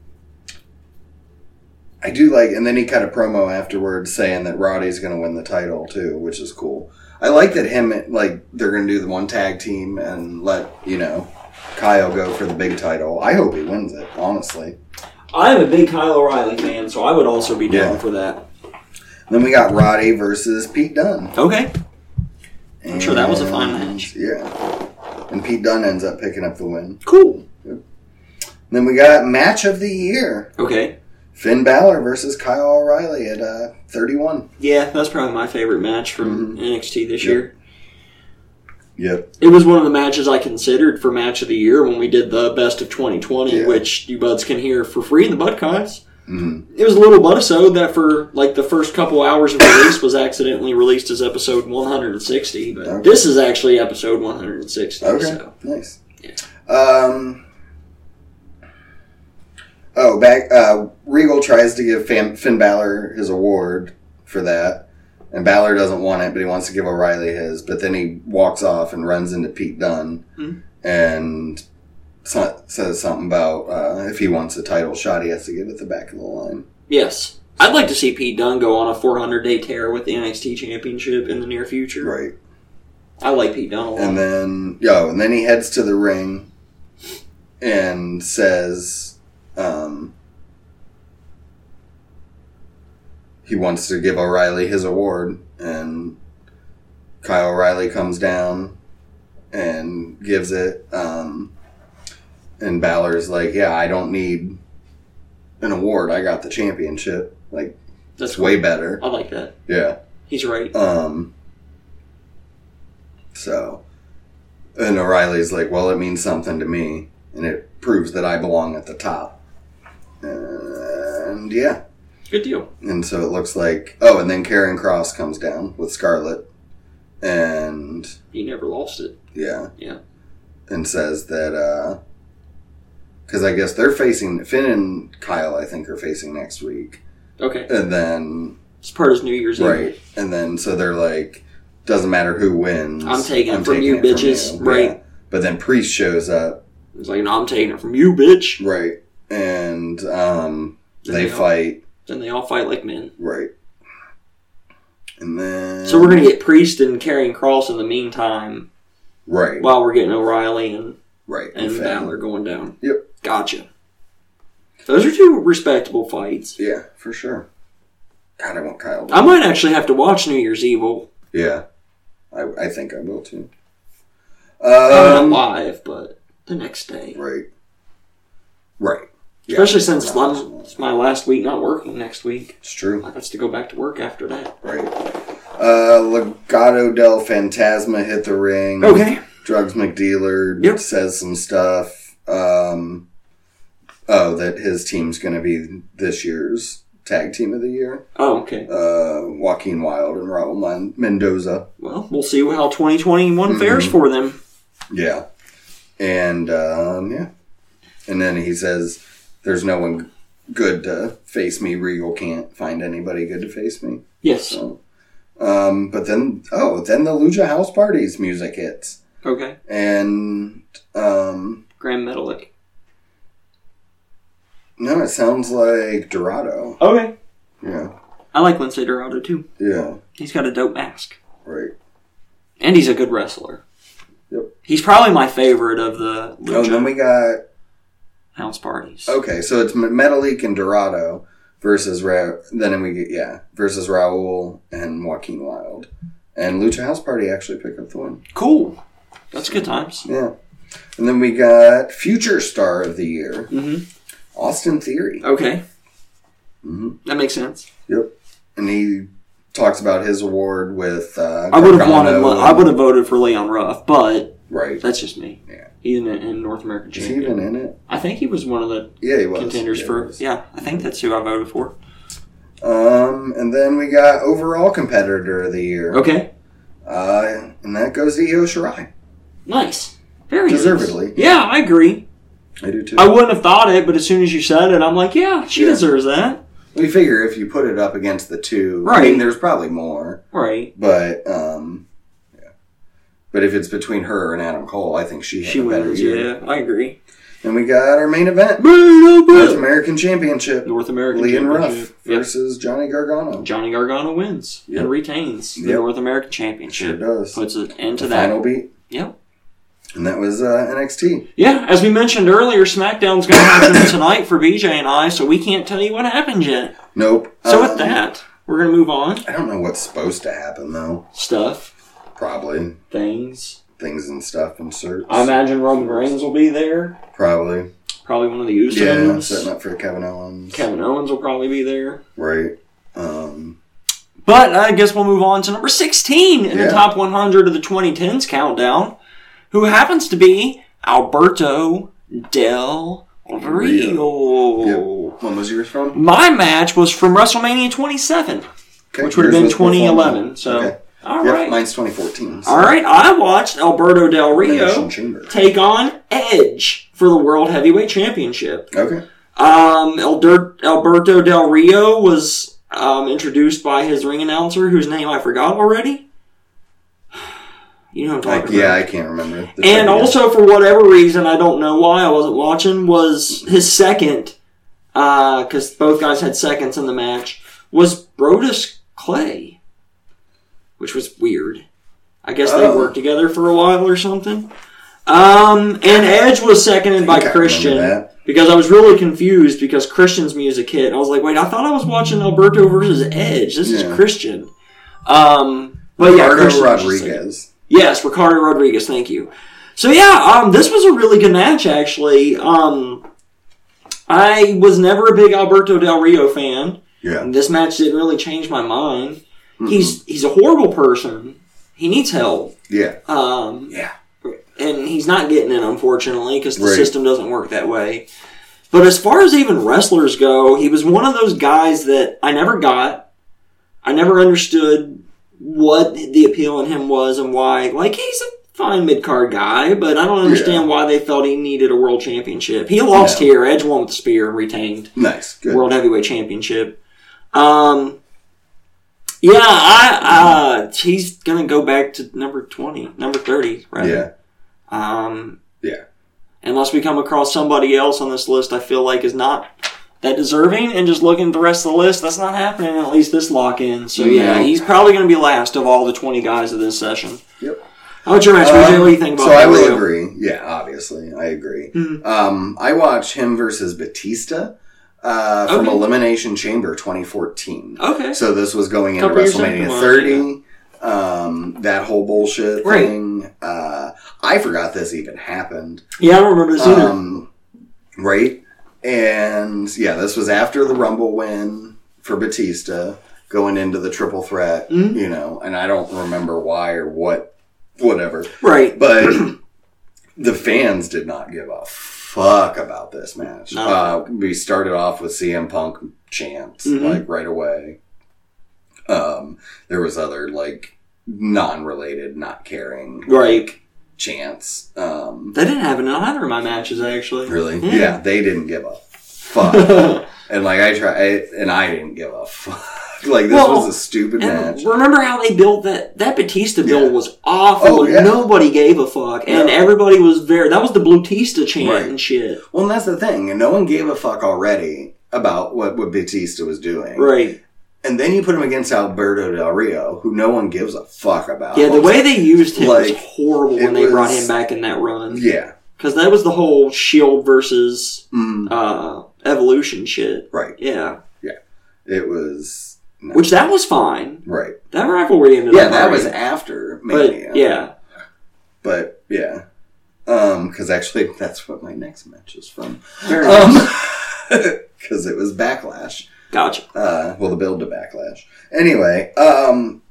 I do like, and then he cut a promo afterwards saying that Roddy's going to win the title too, which is cool. I like that him like they're going to do the one tag team and let you know Kyle go for the big title. I hope he wins it, honestly. I'm a big Kyle O'Reilly fan, so I would also be down Yeah. for that. Then we got Roddy versus Pete Dunne. Okay. I'm sure that was a fine And- match. Yeah, and Pete Dunne ends up picking up the win. Cool. Then we got match of the year: Okay. Finn Balor versus Kyle O'Reilly at uh, 31. Yeah, that's probably my favorite match from NXT this Yep. year. Yep. Mm-hmm. It was one of the matches I considered for match of the year when we did the best of 2020, Yeah. which you buds can hear for free in the Budcons. hmm It was a little episode that for like the first couple hours of release was accidentally released as episode 160, but Okay. this is actually episode 160. Okay. So. Nice. Um. Oh, back. Uh, Regal tries to give Fan, Finn Balor his award for that, and Balor doesn't want it, but he wants to give O'Reilly his. But then he walks off and runs into Pete Dunne Hmm. and so- says something about uh, if he wants a title shot, he has to give it the back of the line. Yes. I'd like to see Pete Dunne go on a 400 day tear with the NXT Championship in the near future. Right. I like Pete Dunne a lot. And then, yo, and then he heads to the ring and says, um, he wants to give O'Reilly his award. And Kyle O'Reilly comes down and gives it. Um, and Balor's like, yeah, I don't need an award. I got the championship. Like, That's It's way better. I like that. Yeah. He's right. Um. So, and O'Reilly's like, "Well, it means something to me, and it proves that I belong at the top." And yeah, Good deal. And so it looks like oh, and then Karen Cross comes down with Scarlet, and You never lost it. yeah, Yeah. and says that because I guess they're facing Finn and Kyle. I think are facing next week, Okay. and then It's part of his New Year's Eve. right, and then so they're like, doesn't matter who wins. I'm taking it from you, bitches. Yeah. Right. But then Priest shows up, It's like, no, I'm taking it from you, bitch. right, and um, Then they all- fight, Then they all fight like men. right, and then So we're gonna get Priest and Carrying Cross in the meantime, right, while we're getting O'Reilly and right, and Finn. Balor going down. Yep. Gotcha. Those are two respectable fights. Yeah, for sure. God, I want Kyle. I might actually have to watch New Year's Evil. yeah, I, I think I will too. Um, Um, live, but the next day. right, right. Yeah, Especially since Not I'm- it's my last week not working next week. it's true. I have to go back to work after that. Right. Uh, Legado del Fantasma hit the ring. Okay. Drugs McDealer Yep. says some stuff. Um, oh, that his team's going to be this year's tag team of the year. Oh, okay. Uh, Joaquin Wild and Raul Men- Mendoza. Well, we'll see how 2021 Hmm. fares for them. Yeah. And um, yeah. And then he says, There's no one good to face me. Regal can't find anybody good to face me. Yes. So um, but then oh, then the Lucha House Parties music hits. Okay. And um Graham Metalik. no, it sounds like Dorado. Okay. Yeah. I like Lindsay Dorado too. Yeah. He's got a dope mask. Right. And he's a good wrestler. Yep. He's probably my favorite of the Oh, Lucha then we got house parties. okay, so it's M- Metalik and Dorado versus Ra- then we get yeah, versus Raul and Joaquin Wild. And Lucha House Party actually pick up the win. Cool. That's good times. Yeah. And then we got Future Star of the Year, Mm-hmm. Austin Theory. Okay. Mhm. That makes sense. Yep. And he talks about his award with. Uh, I would have Gargano wanted. Le- I and- would have voted for Leon Ruff, but Right. that's just me. Yeah. He's in, in North American Is he champion. even in it? I think he was one of the Yeah, he was. contenders Yeah, for. he was. Yeah, I think that's who I voted for. Um, and then we got overall competitor of the year. Okay. Uh, and that goes to Io Shirai. Nice. Very nice. Deservedly. Yeah, I agree. I do too. I wouldn't have thought it, but as soon as you said it, I'm like, yeah, she Yeah. deserves that. we figure if you put it up against the two, I Right. mean, there's probably more, Right. but um, yeah. But if it's between her and Adam Cole, I think she had She a better wins. year. Yeah, I agree. And we got our main event North American Championship. North American Lee and Ruff Championship. Yep. versus Johnny Gargano. Johnny Gargano wins Yep. and retains the Yep. North American Sure Championship. does. Puts an end to The that. final beat. Yep. And that was uh, NXT. Yeah, as we mentioned earlier, SmackDown's going to happen tonight for BJ and I, so we can't tell you what happened yet. Nope. So Um, with that, we're going to move on. I don't know what's supposed to happen though. Stuff, Probably things. things and stuff and certs. I imagine Roman Reigns will be there. probably. Probably one of the Yeah, Usos. setting up for Kevin Owens. Kevin Owens will probably be there. Right. Um, But I guess we'll move on to number 16 in Yeah. the top 100 of the 2010s countdown, who happens to be Alberto Del Rio. yep. When was yours from? My match was from WrestleMania 27. Okay, which would have yours been was before 2011. mine. So, Okay. all Yep, right, mine's 2014. so all right. I watched Alberto Del Elimination Rio Chamber. take on Edge for the World Heavyweight Championship. Okay. Um, Elder- Alberto Del Rio was um, introduced by his ring announcer, whose name I forgot already. You know what I'm Like, talking yeah, about. I can't remember. The And trivia. also, for whatever reason, I don't know why I wasn't watching, was his second, because both guys had seconds in the match, was Brodus Clay, which was weird. I guess Oh. they worked together for a while or something. Um, and Edge was seconded I by remember Christian that. because I was really confused because Christian's music hit. I was like, wait, I thought I was watching Alberto versus Edge. This Yeah. is Christian. Um, but yeah, Ricardo Christian was second. Rodriguez. Yes, Ricardo Rodriguez. Thank you. So yeah, um, this was a really good match actually. Um, I was never a big Alberto Del Rio fan. Yeah. And this match didn't really change my mind. Mhm. He's he's a horrible person. He needs help. yeah. Um, Yeah. and he's not getting it unfortunately because the Right. system doesn't work that way. But as far as even wrestlers go, he was one of those guys that I never got. I never understood what the appeal in him was and why. Like he's a fine mid card guy, but I don't understand why they felt he needed a world championship. He lost here. Edge won with the spear and retained Nice. Good. world heavyweight championship. Um, yeah, I uh, he's gonna go back to number twenty, number thirty, right? yeah. Um, Yeah. Unless we come across somebody else on this list, I feel like is not that deserving. And just looking at the rest of the list, that's not happening. At least this lock in. So yeah, No. he's probably going to be last of all the twenty guys of this session. Yep. How about your match, Um, BJ? What do you think about? So I Mario? will agree. Yeah, obviously, I agree. Mhm. Um, I watched him versus Batista uh, from Okay. Elimination Chamber 2014. Okay. So this was going into Couple years WrestleMania after 30. Um, that whole bullshit Right. thing. Uh, I forgot this even happened. Yeah, I don't remember this either. Um, right? And yeah, this was after the Rumble win for Batista going into the triple threat, Mhm. you know, and I don't remember why or what, whatever. right. But the fans did not give a fuck about this match. No. Uh, we started off with CM Punk chants Mhm. like right away. Um, there was other like non-related, not caring Right. chants. Um, That didn't happen in either of my matches actually. really, Yeah. yeah. they didn't give a fuck. and like I try, I, and I didn't give a fuck. Like this Well, was a stupid And match. remember how they built that that Batista build Yeah. was awful. Oh, yeah. Nobody gave a fuck, and No. everybody was very. That was the Blutista chant Right. and shit. Well, and that's the thing, and no one gave a fuck already about what what Batista was doing. Right. And then you put him against Alberto Del Rio, who no one gives a fuck about. Yeah, the way they used him Uh, Like, was horrible when it they brought was- him back in that run. Yeah. Because that was the whole Shield versus Mm, uh, Evolution shit. right. Yeah. It was. no. Which that was fine. Right. That rivalry ended Yeah, up that all was right. after But Mania. yeah. But yeah. Um, because actually, that's what my next match is from. Very Um, nice. because it was Backlash. Gotcha. Uh, well, the build to Backlash. Anyway, um,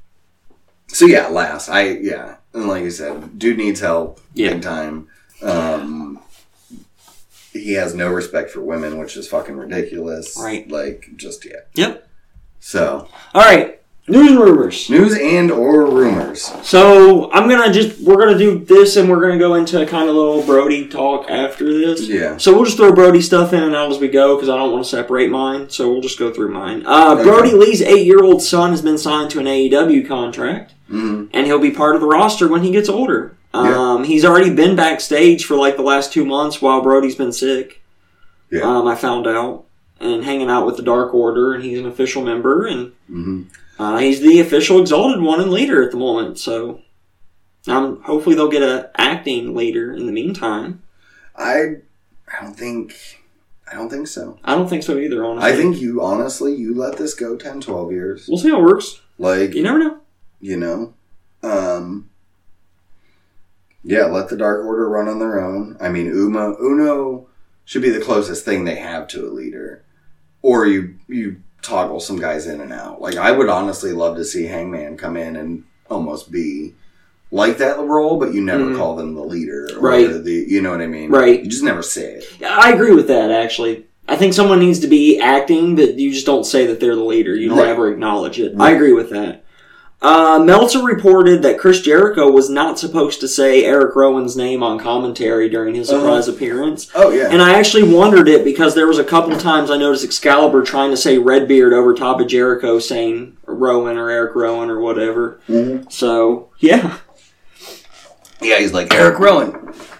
so yeah, last I yeah, and like you said, dude needs help Yeah. big time. Um, he has no respect for women, which is fucking ridiculous. Right. Like, just yeah. Yep. So All right. News and rumors. news and or rumors. So I'm gonna just we're gonna do this and we're gonna go into kind of little Brody talk after this. Yeah. So we'll just throw Brody stuff in and out as we go because I don't want to separate mine. So we'll just go through mine. Uh, Okay. Brody Lee's eight-year-old son has been signed to an AEW contract, Mm, and he'll be part of the roster when he gets older. Um, He's already been backstage for like the last two months while Brody's been sick. Yeah. Um, I found out and hanging out with the Dark Order, and he's an official member, and mhm. uh, he's the official exalted one and leader at the moment, so um, hopefully they'll get a acting leader in the meantime. I I don't think I don't think so. I don't think so either, honestly. I think you honestly you let this go 10, 12 years. we'll see how it works. Like You never know. you know um yeah let the dark order run on their own i mean uma uno should be the closest thing they have to a leader or you you toggle some guys in and out like i would honestly love to see hangman come in and almost be like that role but you never Mhm. call them the leader or Right. the you know what i mean Right. you just never say it Yeah, I agree with that, actually. I think someone needs to be acting, but you just don't say that they're the leader. You Right. never acknowledge it. I Right. agree with that. Uh, Meltzer reported that Chris Jericho was not supposed to say Eric Rowan's name on commentary during his Uh-huh. surprise appearance. oh yeah And I actually wondered it because there was a couple times I noticed Excalibur trying to say Redbeard over top of Jericho saying Rowan or Eric Rowan or whatever. Mhm. So, yeah. yeah he's like eric rowan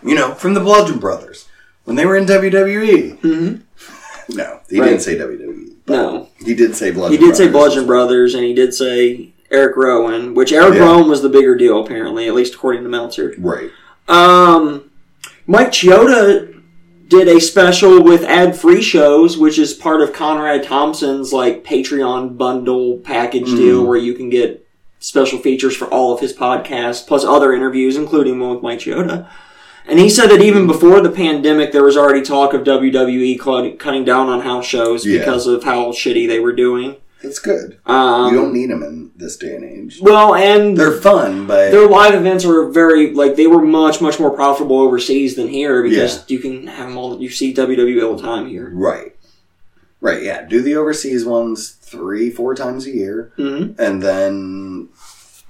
you know from the bludgeon brothers when they were in wwe Mm-hmm. no he Right. didn't say wwe but- No. He did say Bludgeon He did say Brothers. Bludgeon Brothers and he did say Eric Rowan, which Eric Yeah. Rowan was the bigger deal apparently, at least according to Meltzer. Right. Um, Mike Chioda did a special with ad free shows, which is part of Conrad Thompson's like Patreon bundle package Mm-hmm. deal where you can get special features for all of his podcasts, plus other interviews, including one with Mike Chioda. And he said that even before the pandemic, there was already talk of WWE clut- E cutting down on house shows Yeah. because of how shitty they were doing. That's good. Um, you don't need them in this day and age. well, and They're fun, but their live events are very like they were much much more profitable overseas than here because you can have them all. You see WWE all the time here. right, right, yeah. Do the overseas ones three, four times a year, Mm-hmm. and then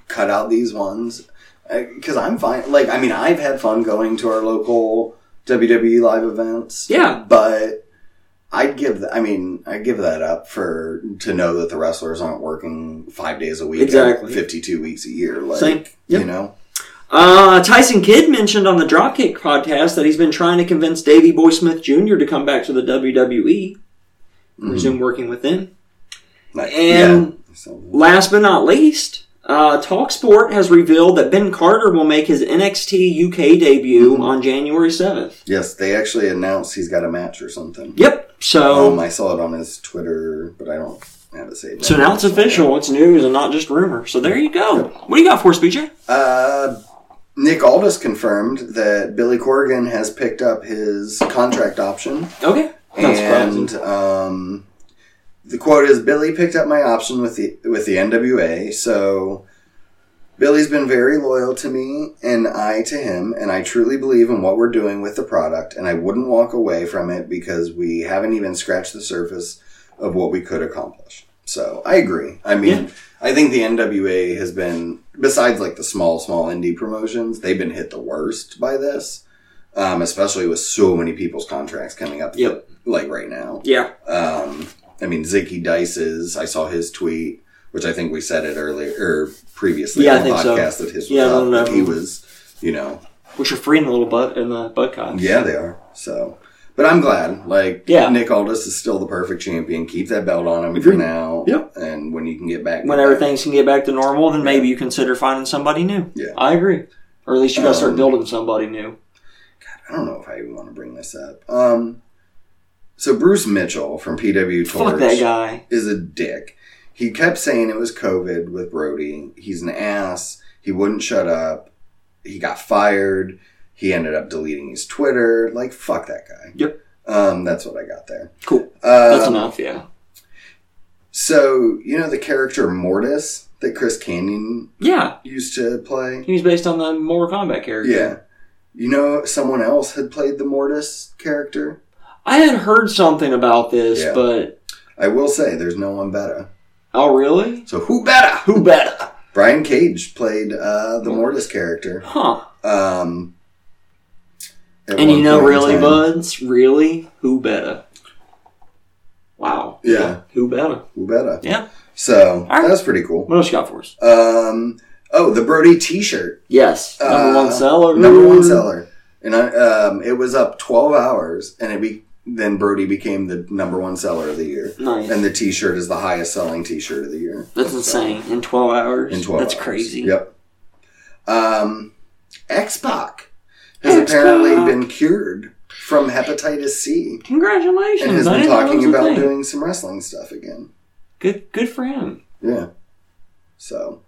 cut out these ones because I'm fine. Like, I mean, I've had fun going to our local WWE live events. Yeah. but I'd give. th- I mean, I give that up for to know that the wrestlers aren't working five days a week, Exactly. fifty-two weeks a year. Like, Same. you know, Uh, Tyson Kidd mentioned on the Dropkick podcast that he's been trying to convince Davey Boy Smith Jr. to come back to the WWE, Mm-hmm. resume working with them. Like, And yeah. So, last but not least, uh, Talksport has revealed that Ben Carter will make his NXT UK debut on January 7th. yes, they actually announced he's got a match or something. Yep. So, Um, I saw it on his Twitter, but I don't have it saved. so now it's official. It's news and not just rumor. So there you go. What do you got for us, BJ? Uh, Nick Aldis confirmed that Billy Corrigan has picked up his contract option. Okay. Not surprising. and um, the quote is Billy picked up my option with the with the NWA, so Billy's been very loyal to me and I to him, and I truly believe in what we're doing with the product, and I wouldn't walk away from it because we haven't even scratched the surface of what we could accomplish. So I agree. I mean, I think the NWA has been, besides like the small, small indie promotions, they've been hit the worst by this, um, especially with so many people's contracts coming up. Yep. Like right now. Yeah. Um, I mean, Ziggy Dice's, I saw his tweet, which I think we said it earlier or previously Yeah, I on the think so. podcast that his was Yeah, I up. don't know. but He was, you know, Which are free in the little butt in the butt cotton. yeah, they are. So, but I'm glad. Like, Yeah. Nick Aldis is still the perfect champion. Keep that belt on him for Agreed. now. Yep. And when you can get back, when get back. everything's can get back to normal, then maybe you consider finding somebody new. Yeah. I agree. Or at least you got to start Um, building somebody new. I don't know if I even want to bring this up. Um, so Bruce Mitchell from PW Fuck Torch that guy. is a dick. He kept saying it was COVID with Brody. He's an ass. He wouldn't shut up. He got fired. He ended up deleting his Twitter. Like fuck that guy. Yep. Um, that's what I got there. Cool. Um, That's enough. Yeah. So you know the character Mortis that Chris Canyon Yeah. used to play. He was based on the Mortal Kombat character. Yeah. You know someone else had played the Mortis character. I had heard something about this, Yeah. but I will say there's no one better. oh really? So who better? Who better? Brian Cage played uh, the Mortis character. Huh? Um, at And you one know, point in really, time. buds, really, who better? Wow. Yeah. Who better? Who better? Yeah. So right. that was pretty cool. What else you got for us? Um, oh, the Brody T-shirt, Yes. Number Uh, one seller. number one seller, and I, um, it was up 12 hours, and it be then Brody became the number one seller of the year, Nice. and the T-shirt is the highest selling T-shirt of the year. That's So, insane. In 12 hours? In 12, That's hours. crazy. Yep. Um, X Pac has X-Pac. apparently been cured from hepatitis C. Congratulations. and has I been didn't know that was talking a about thing. doing some wrestling stuff again. Good, good for him. Yeah. So,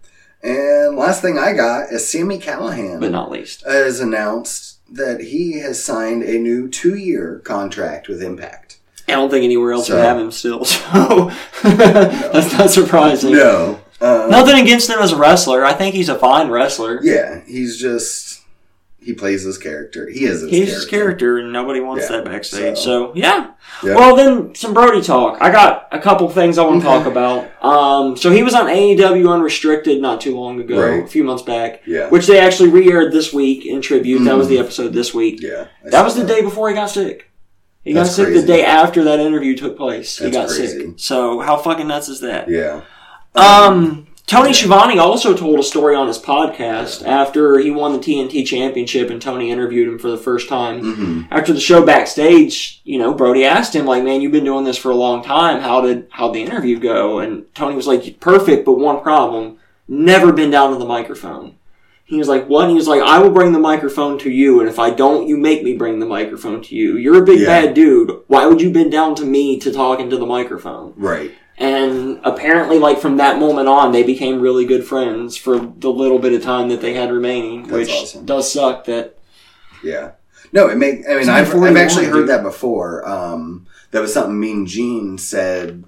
and last thing I got is Sammy Callahan But not least. has announced that he has signed a new two-year contract with Impact. I don't think anywhere else So- would have him still, so that's not surprising. No. Uh, Nothing against him as a wrestler. I think he's a fine wrestler. yeah, he's just he plays his character. He is his He's character. his character, and nobody wants Yeah, that backstage. so- So, yeah. Yeah. Mm-hmm. Well, then some Brody talk. I got a couple things I want to talk about. Um, so he was on AEW Unrestricted not too long ago, Right. a few months back, Yeah. Mm-hmm. which they actually re-aired this week in tribute. That was the episode this week. Yeah. I That saw was the day before he got sick. He got That's sick the crazy. day after that interview took place. he That's got crazy. sick. So how fucking nuts is that? Yeah. Um, Tony Schiavone also told a story on his podcast after he won the TNT championship and Tony interviewed him for the first time. Mhm. After the show backstage, you know, Brody asked him like, "Man, you've been doing this for a long time. How did how the interview go?" And Tony was like, "Perfect, but one problem: never been down to the microphone." He was like, "What?" And he was like, "I will bring the microphone to you, and if I don't, you make me bring the microphone to you. You're a big Yeah. bad dude. Why would you bend down to me to talk into the microphone?" Right. And apparently, like from that moment on, they became really good friends for the little bit of time that they had remaining, That's which awesome. does suck. That Yeah. No, it make. I mean, It's I've, before I've you actually wanted heard to. that before. Um, that was something Mean Gene said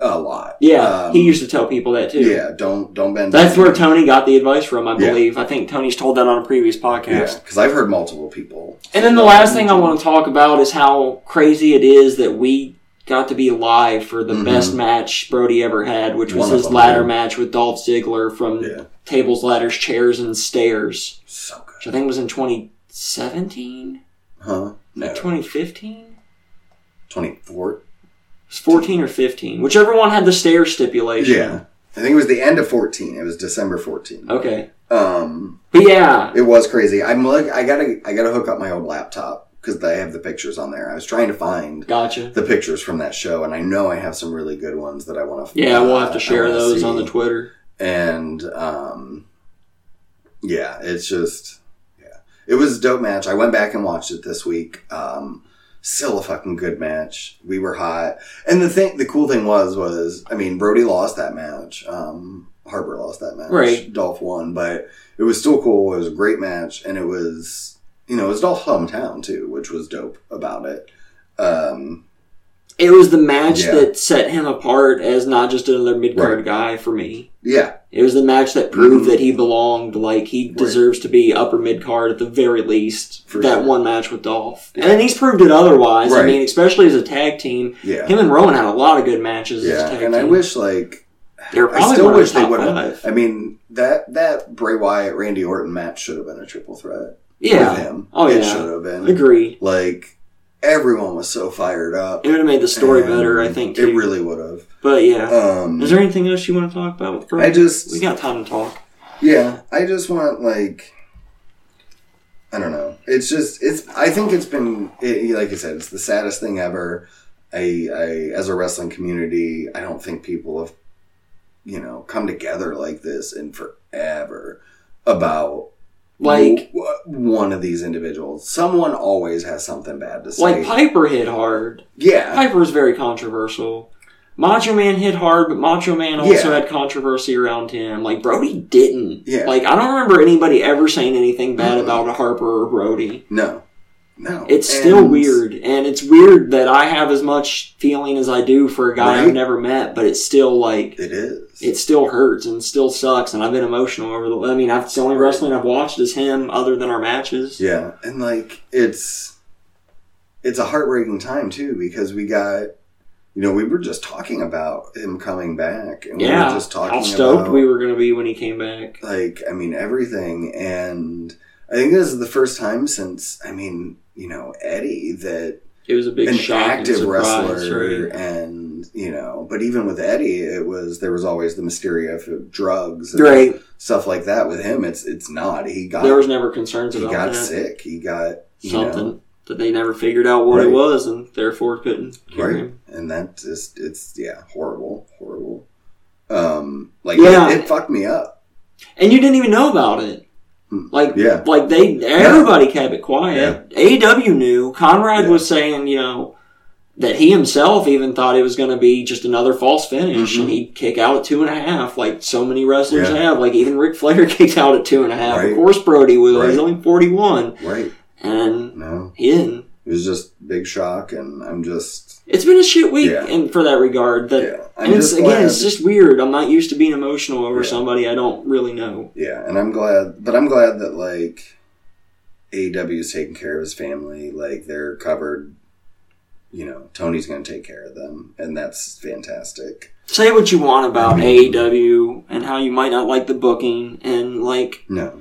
a lot. Yeah, Um, he used to tell people that too. Yeah, don't don't bend. That's down. where Tony got the advice from, I Yeah. believe. I think Tony's told that on a previous podcast. Yeah, because I've heard multiple people. And then the last thing I want to talk about is how crazy it is that we got to be live for the Mhm. best match Brody ever had, which was One of his them, ladder yeah. match with Dolph Ziggler from Yeah. Tables, Ladders, Chairs, and Stairs, So good, which I think was in 2017, huh? No, 2015. twenty four. It was 14 or 15, whichever one had the stair stipulation. Yeah, I think it was the end of fourteen. It was December fourteen. Okay. Um, But yeah, it was crazy. I'm like, I gotta, I gotta hook up my old laptop because I have the pictures on there. I was trying to find gotcha. the pictures from that show, and I know I have some really good ones that I want to. Yeah, we'll have to share those on the Twitter. Twitter. and um, yeah, it's just yeah, it was a dope match. I went back and watched it this week. Um, still a fucking good match. We were hot, and the thing, the cool thing was, was I mean, Brody lost that match. Um, Harper lost that match. Right. Dolph won, but it was still cool. It was a great match, and it was you know it was Dolph's hometown too, which was dope about it. Um, It was the match Yeah. that set him apart as not just another mid card Right. guy for me. yeah, It was the match that proved Mhm. that he belonged. Like he deserves to be upper mid card at the very least. For that sure. one match with Dolph, and then he's proved it otherwise. I Right. mean, especially as a tag team, yeah, him and Rowan had a lot of good matches as a yeah. tag And team. I wish like they were I probably still one of wish the they top would five. have. I mean, that that Bray Wyatt Randy Orton match should have been a triple threat. With Yeah, him. Oh, it yeah. should have been. agreed. Like everyone was so fired up. It would have made the story And better, I think. Too. It really would have. but yeah. Um, Is there anything else you want to talk about with Brody? I just we got time to talk. Yeah, I just want like I don't know. It's just it's. I think it's been it, like I said, it's the saddest thing ever. I, I as a wrestling community, I don't think people have you know come together like this in forever about Like- w- one of these individuals. Someone always has something bad to say. Like Piper hit hard. yeah, Piper was very controversial. Macho Man hit hard, but Macho Man also Yeah. had controversy around him. Like Brody didn't. Yeah. Like I don't remember anybody ever saying anything bad about Harper or Brody. no, no. It's still And- weird, and it's weird that I have as much feeling as I do for a guy I've Right. never met, but it's still like It is. it still hurts and still sucks, and I've been emotional over the. I mean, I've, it's the only wrestling I've watched is him, other than our matches. Yeah, and like it's it's a heartbreaking time too because we got you know we were just talking about him coming back and we Yeah, were just talking How stoked about we were going to be when he came back. like I mean everything and I think this is the first time since I mean you know Eddie that It was a big an shock active and surprise, wrestler right? and you know but even with Eddie it was there was always the mysteria of drugs and Right. stuff like that with him it's it's not he got there was never concerns he about got that. sick he got you know, something that they never figured out what it Right. was and therefore couldn't cure Right. him. and that just it's yeah horrible horrible um like Yeah. it, it fucked me up And you didn't even know about it. Hmm. Like yeah like they everybody kept it quiet. AEW knew. Conrad Yeah. was saying, you know, that he himself even thought it was gonna be just another false finish Mhm. and he'd kick out at two and a half, like so many wrestlers Yeah. have. Like even Ric Flair kicked out at two and a half. Of Right. course Brody will. He's Right. only forty one. right And no he didn't. it was just big shock and i'm just It's been a shit week Yeah. and for that regard that yeah i'm And it's, just glad again, it's just weird. I'm not used to being emotional over Yeah. somebody I don't really know. yeah and i'm glad but i'm glad that like aw's taking care of his family like they're covered you know tony's gonna take care of them and that's fantastic Say what you want about Mhm. AEW and how you might not like the booking, and like no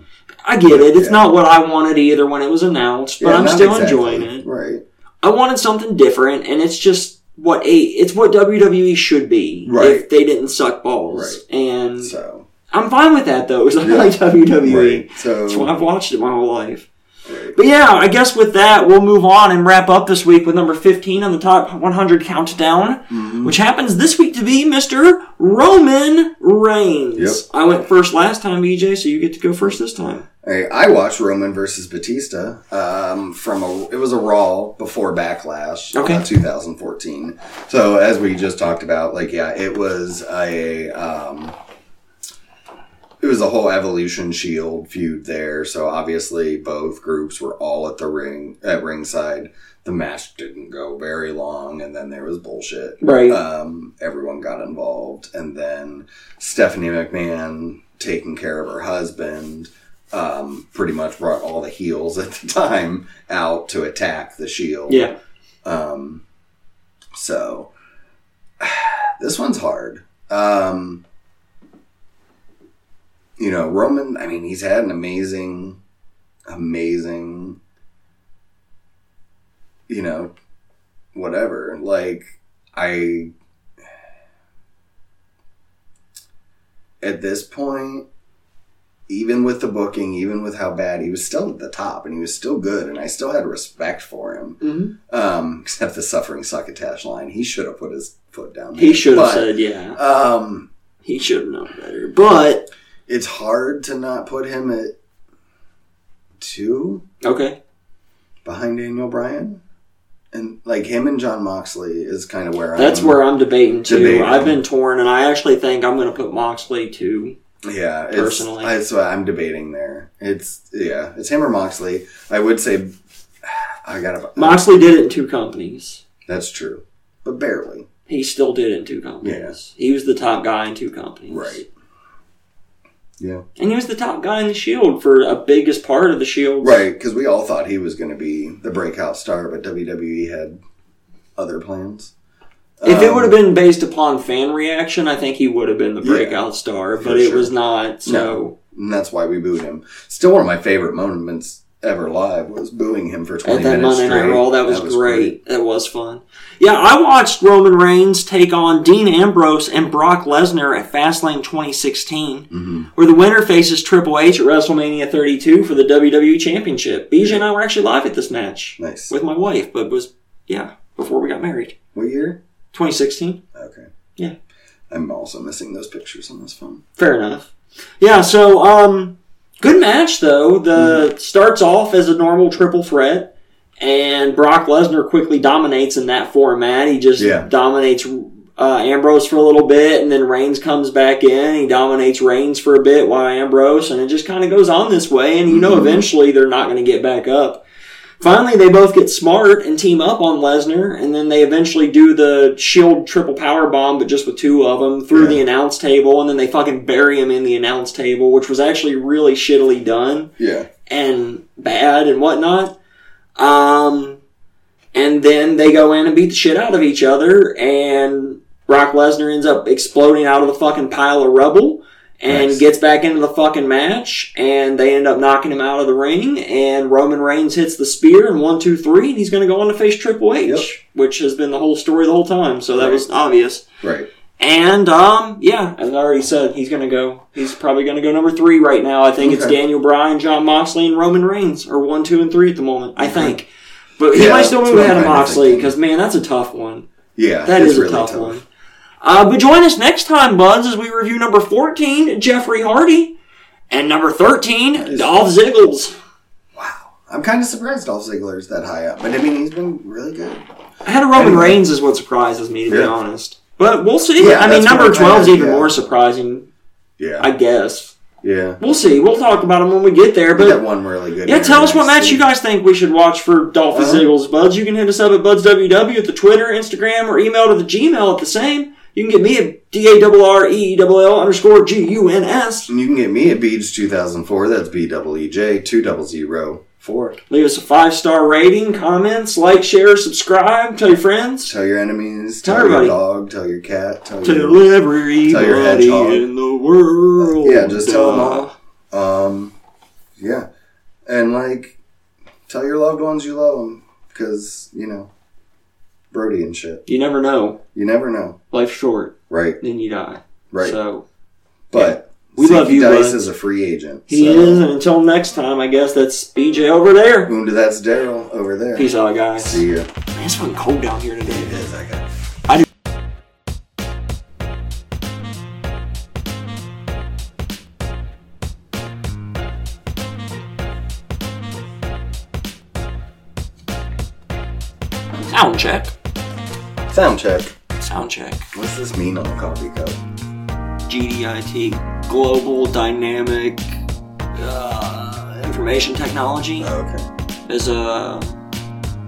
I get it. It's Yeah. not what I wanted either when it was announced, but Yeah, I'm not still exactly. enjoying it. right I wanted something different, and it's just what a it's what WWE should be if Right. they didn't suck balls. And so I'm fine with that though, because I Yeah. like E. WWE. right That's why so I've watched it my whole life. right. But yeah, I guess with that, we'll move on and wrap up this week with number 15 on the top 100 countdown, Mhm. which happens this week to be Mr. Roman Reigns. Yep. I went first last time, EJ, so you get to go first this time. Hey, I watched Roman versus Batista um, from a it was a Raw before Backlash, Okay. uh, 2014. So as we just talked about, like yeah, it was a um, it was a whole evolution shield feud there so obviously both groups were all at the ring at ringside the match didn't go very long and then there was bullshit Right. um, everyone got involved and then stephanie mcmahon taking care of her husband um, pretty much brought all the heels at the time out to attack the shield yeah. um, so this one's hard. Um, you know, Roman, I mean, he's had an amazing, amazing, you know, whatever. Like, I, at this point, even with the booking, even with how bad he was still at the top and he was still good, and I still had respect for him. hmm Um, except the suffering succotash line. He should have put his foot down. He should have But, said, yeah. Um, He should have known better. But, it's hard to not put him at two okay. behind Daniel Bryan, and like him and John Moxley is kind of where That's I'm, where I'm debating, too. Um, Debating. I've been torn, and I actually think I'm going to put Moxley, too. Yeah, it's, Personally. that's what I'm debating there. It's yeah, it's him or Moxley. I would say I gotta. Moxley did it in two companies. that's true, but barely. He still did it in two companies. He was the top guy in two companies. Right. Yeah. And he was the top guy in the Shield for a biggest part of the Shield. Right, because we all thought he was going to be the breakout star, but WWE had other plans. If it Um, would have been based upon fan reaction, I think he would have been the Yeah. breakout star, For but it sure. was not. So and that's why we booed him. Still, one of my favorite moments ever live was booing him for twenty at that minutes Monday Night straight. Raw, that was, great. That was fun. Yeah, I watched Roman Reigns take on Dean Ambrose and Brock Lesnar at Fastlane 2016, Mhm. where the winner faces Triple H at WrestleMania 32 for the WWE Championship. Bija and I were actually live at this match Nice. with my wife, but was yeah before we got married, What year? 2016. Okay. Yeah. I'm also missing those pictures on this phone. Fair enough. Yeah, so um good match though. The starts off as a normal triple threat and Brock Lesnar quickly dominates in that format. He just Yeah. dominates uh, Ambrose for a little bit and then Reigns comes back in. He dominates Reigns for a bit while Ambrose and it just kind of goes on this way and you know Mhm. eventually they're not going to get back up. Finally, they both get smart and team up on Lesnar, and then they eventually do the Shield triple power bomb, but just with two of them through Yeah. the announce table, and then they fucking bury him in the announce table, which was actually really shittily done Yeah. and bad and whatnot. Um, and then they go in and beat the shit out of each other, and Brock Lesnar ends up exploding out of the fucking pile of rubble and Nice. gets back into the fucking match, and they end up knocking him out of the ring, and Roman Reigns hits the spear and one, two, three, and he's going to go on to face Triple H, Yep. which has been the whole story the whole time, so that Right. was obvious. Right. And um, yeah, as I already said, he's gonna go. He's probably gonna go number three right now. I think it's Okay. Daniel Bryan, John Moxley, and Roman Reigns are one, two, and three at the moment. I think, but he Yeah, might still that's move what ahead I'm of kinda Moxley thinking. because man, that's a tough one. Yeah. That it's is a tough, one. Uh, but join us next time, buds, as we review number fourteen, Jeffrey Hardy, and number thirteen, Nice. Dolph Ziggles. Wow. I'm kind of surprised Dolph Ziggler's that high up, but I mean he's been really good. I had a Roman Anyway. Reigns is what surprises me to be Yeah. honest. But we'll see. Yeah, I mean, that's number what I- twelve's even yeah. more surprising, Yeah. I guess. yeah. We'll see. We'll talk about them when we get there. But But that one really good. yeah, tell us what interview, match Steve. you guys think we should watch for Dolphin Uh-huh. Ziggles, Buds. You can hit us up at BudsWW at the Twitter, Instagram, or email to the Gmail at the same. You can get me at D-A-R-R-E-L-L E underscore G-U-N-S. And you can get me at E Beej2004. That's B double E J 2004. Leave us a five-star rating, comments, like, share, subscribe, tell your friends. Tell your enemies, Tell tell, your everybody. dog, tell your cat, tell, Tell your. your everybody hedgehog. in the world. Yeah, just tell 'em all. Um, yeah. And, like, tell your loved ones you love them. Because, you know, Brody and shit. You never know. You never know. Life's short. Right, Then you die. right. So but. We love Zeke you, Dice bud. is a free agent. he so. is, and until next time, I guess that's BJ over there. Wounded, that's Daryl over there. Peace out, guys. See ya. Man, it's fucking cold down here today. I Sound check. Sound check. Sound check. What's this mean on the coffee cup? GDIT, Global Dynamic uh, Information Technology, Oh, okay. is a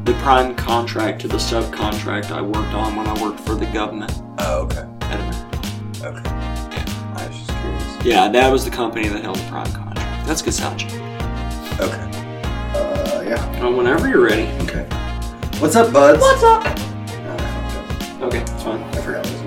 the prime contract to the subcontract I worked on when I worked for the government. Oh, okay. At- Okay. I was just curious. Yeah, that was the company that held the prime contract. That's good sound check. Okay. Uh, yeah. Uh, whenever you're ready. Okay. What's up, buds? up? Uh, Okay, it's fine. I forgot what it was.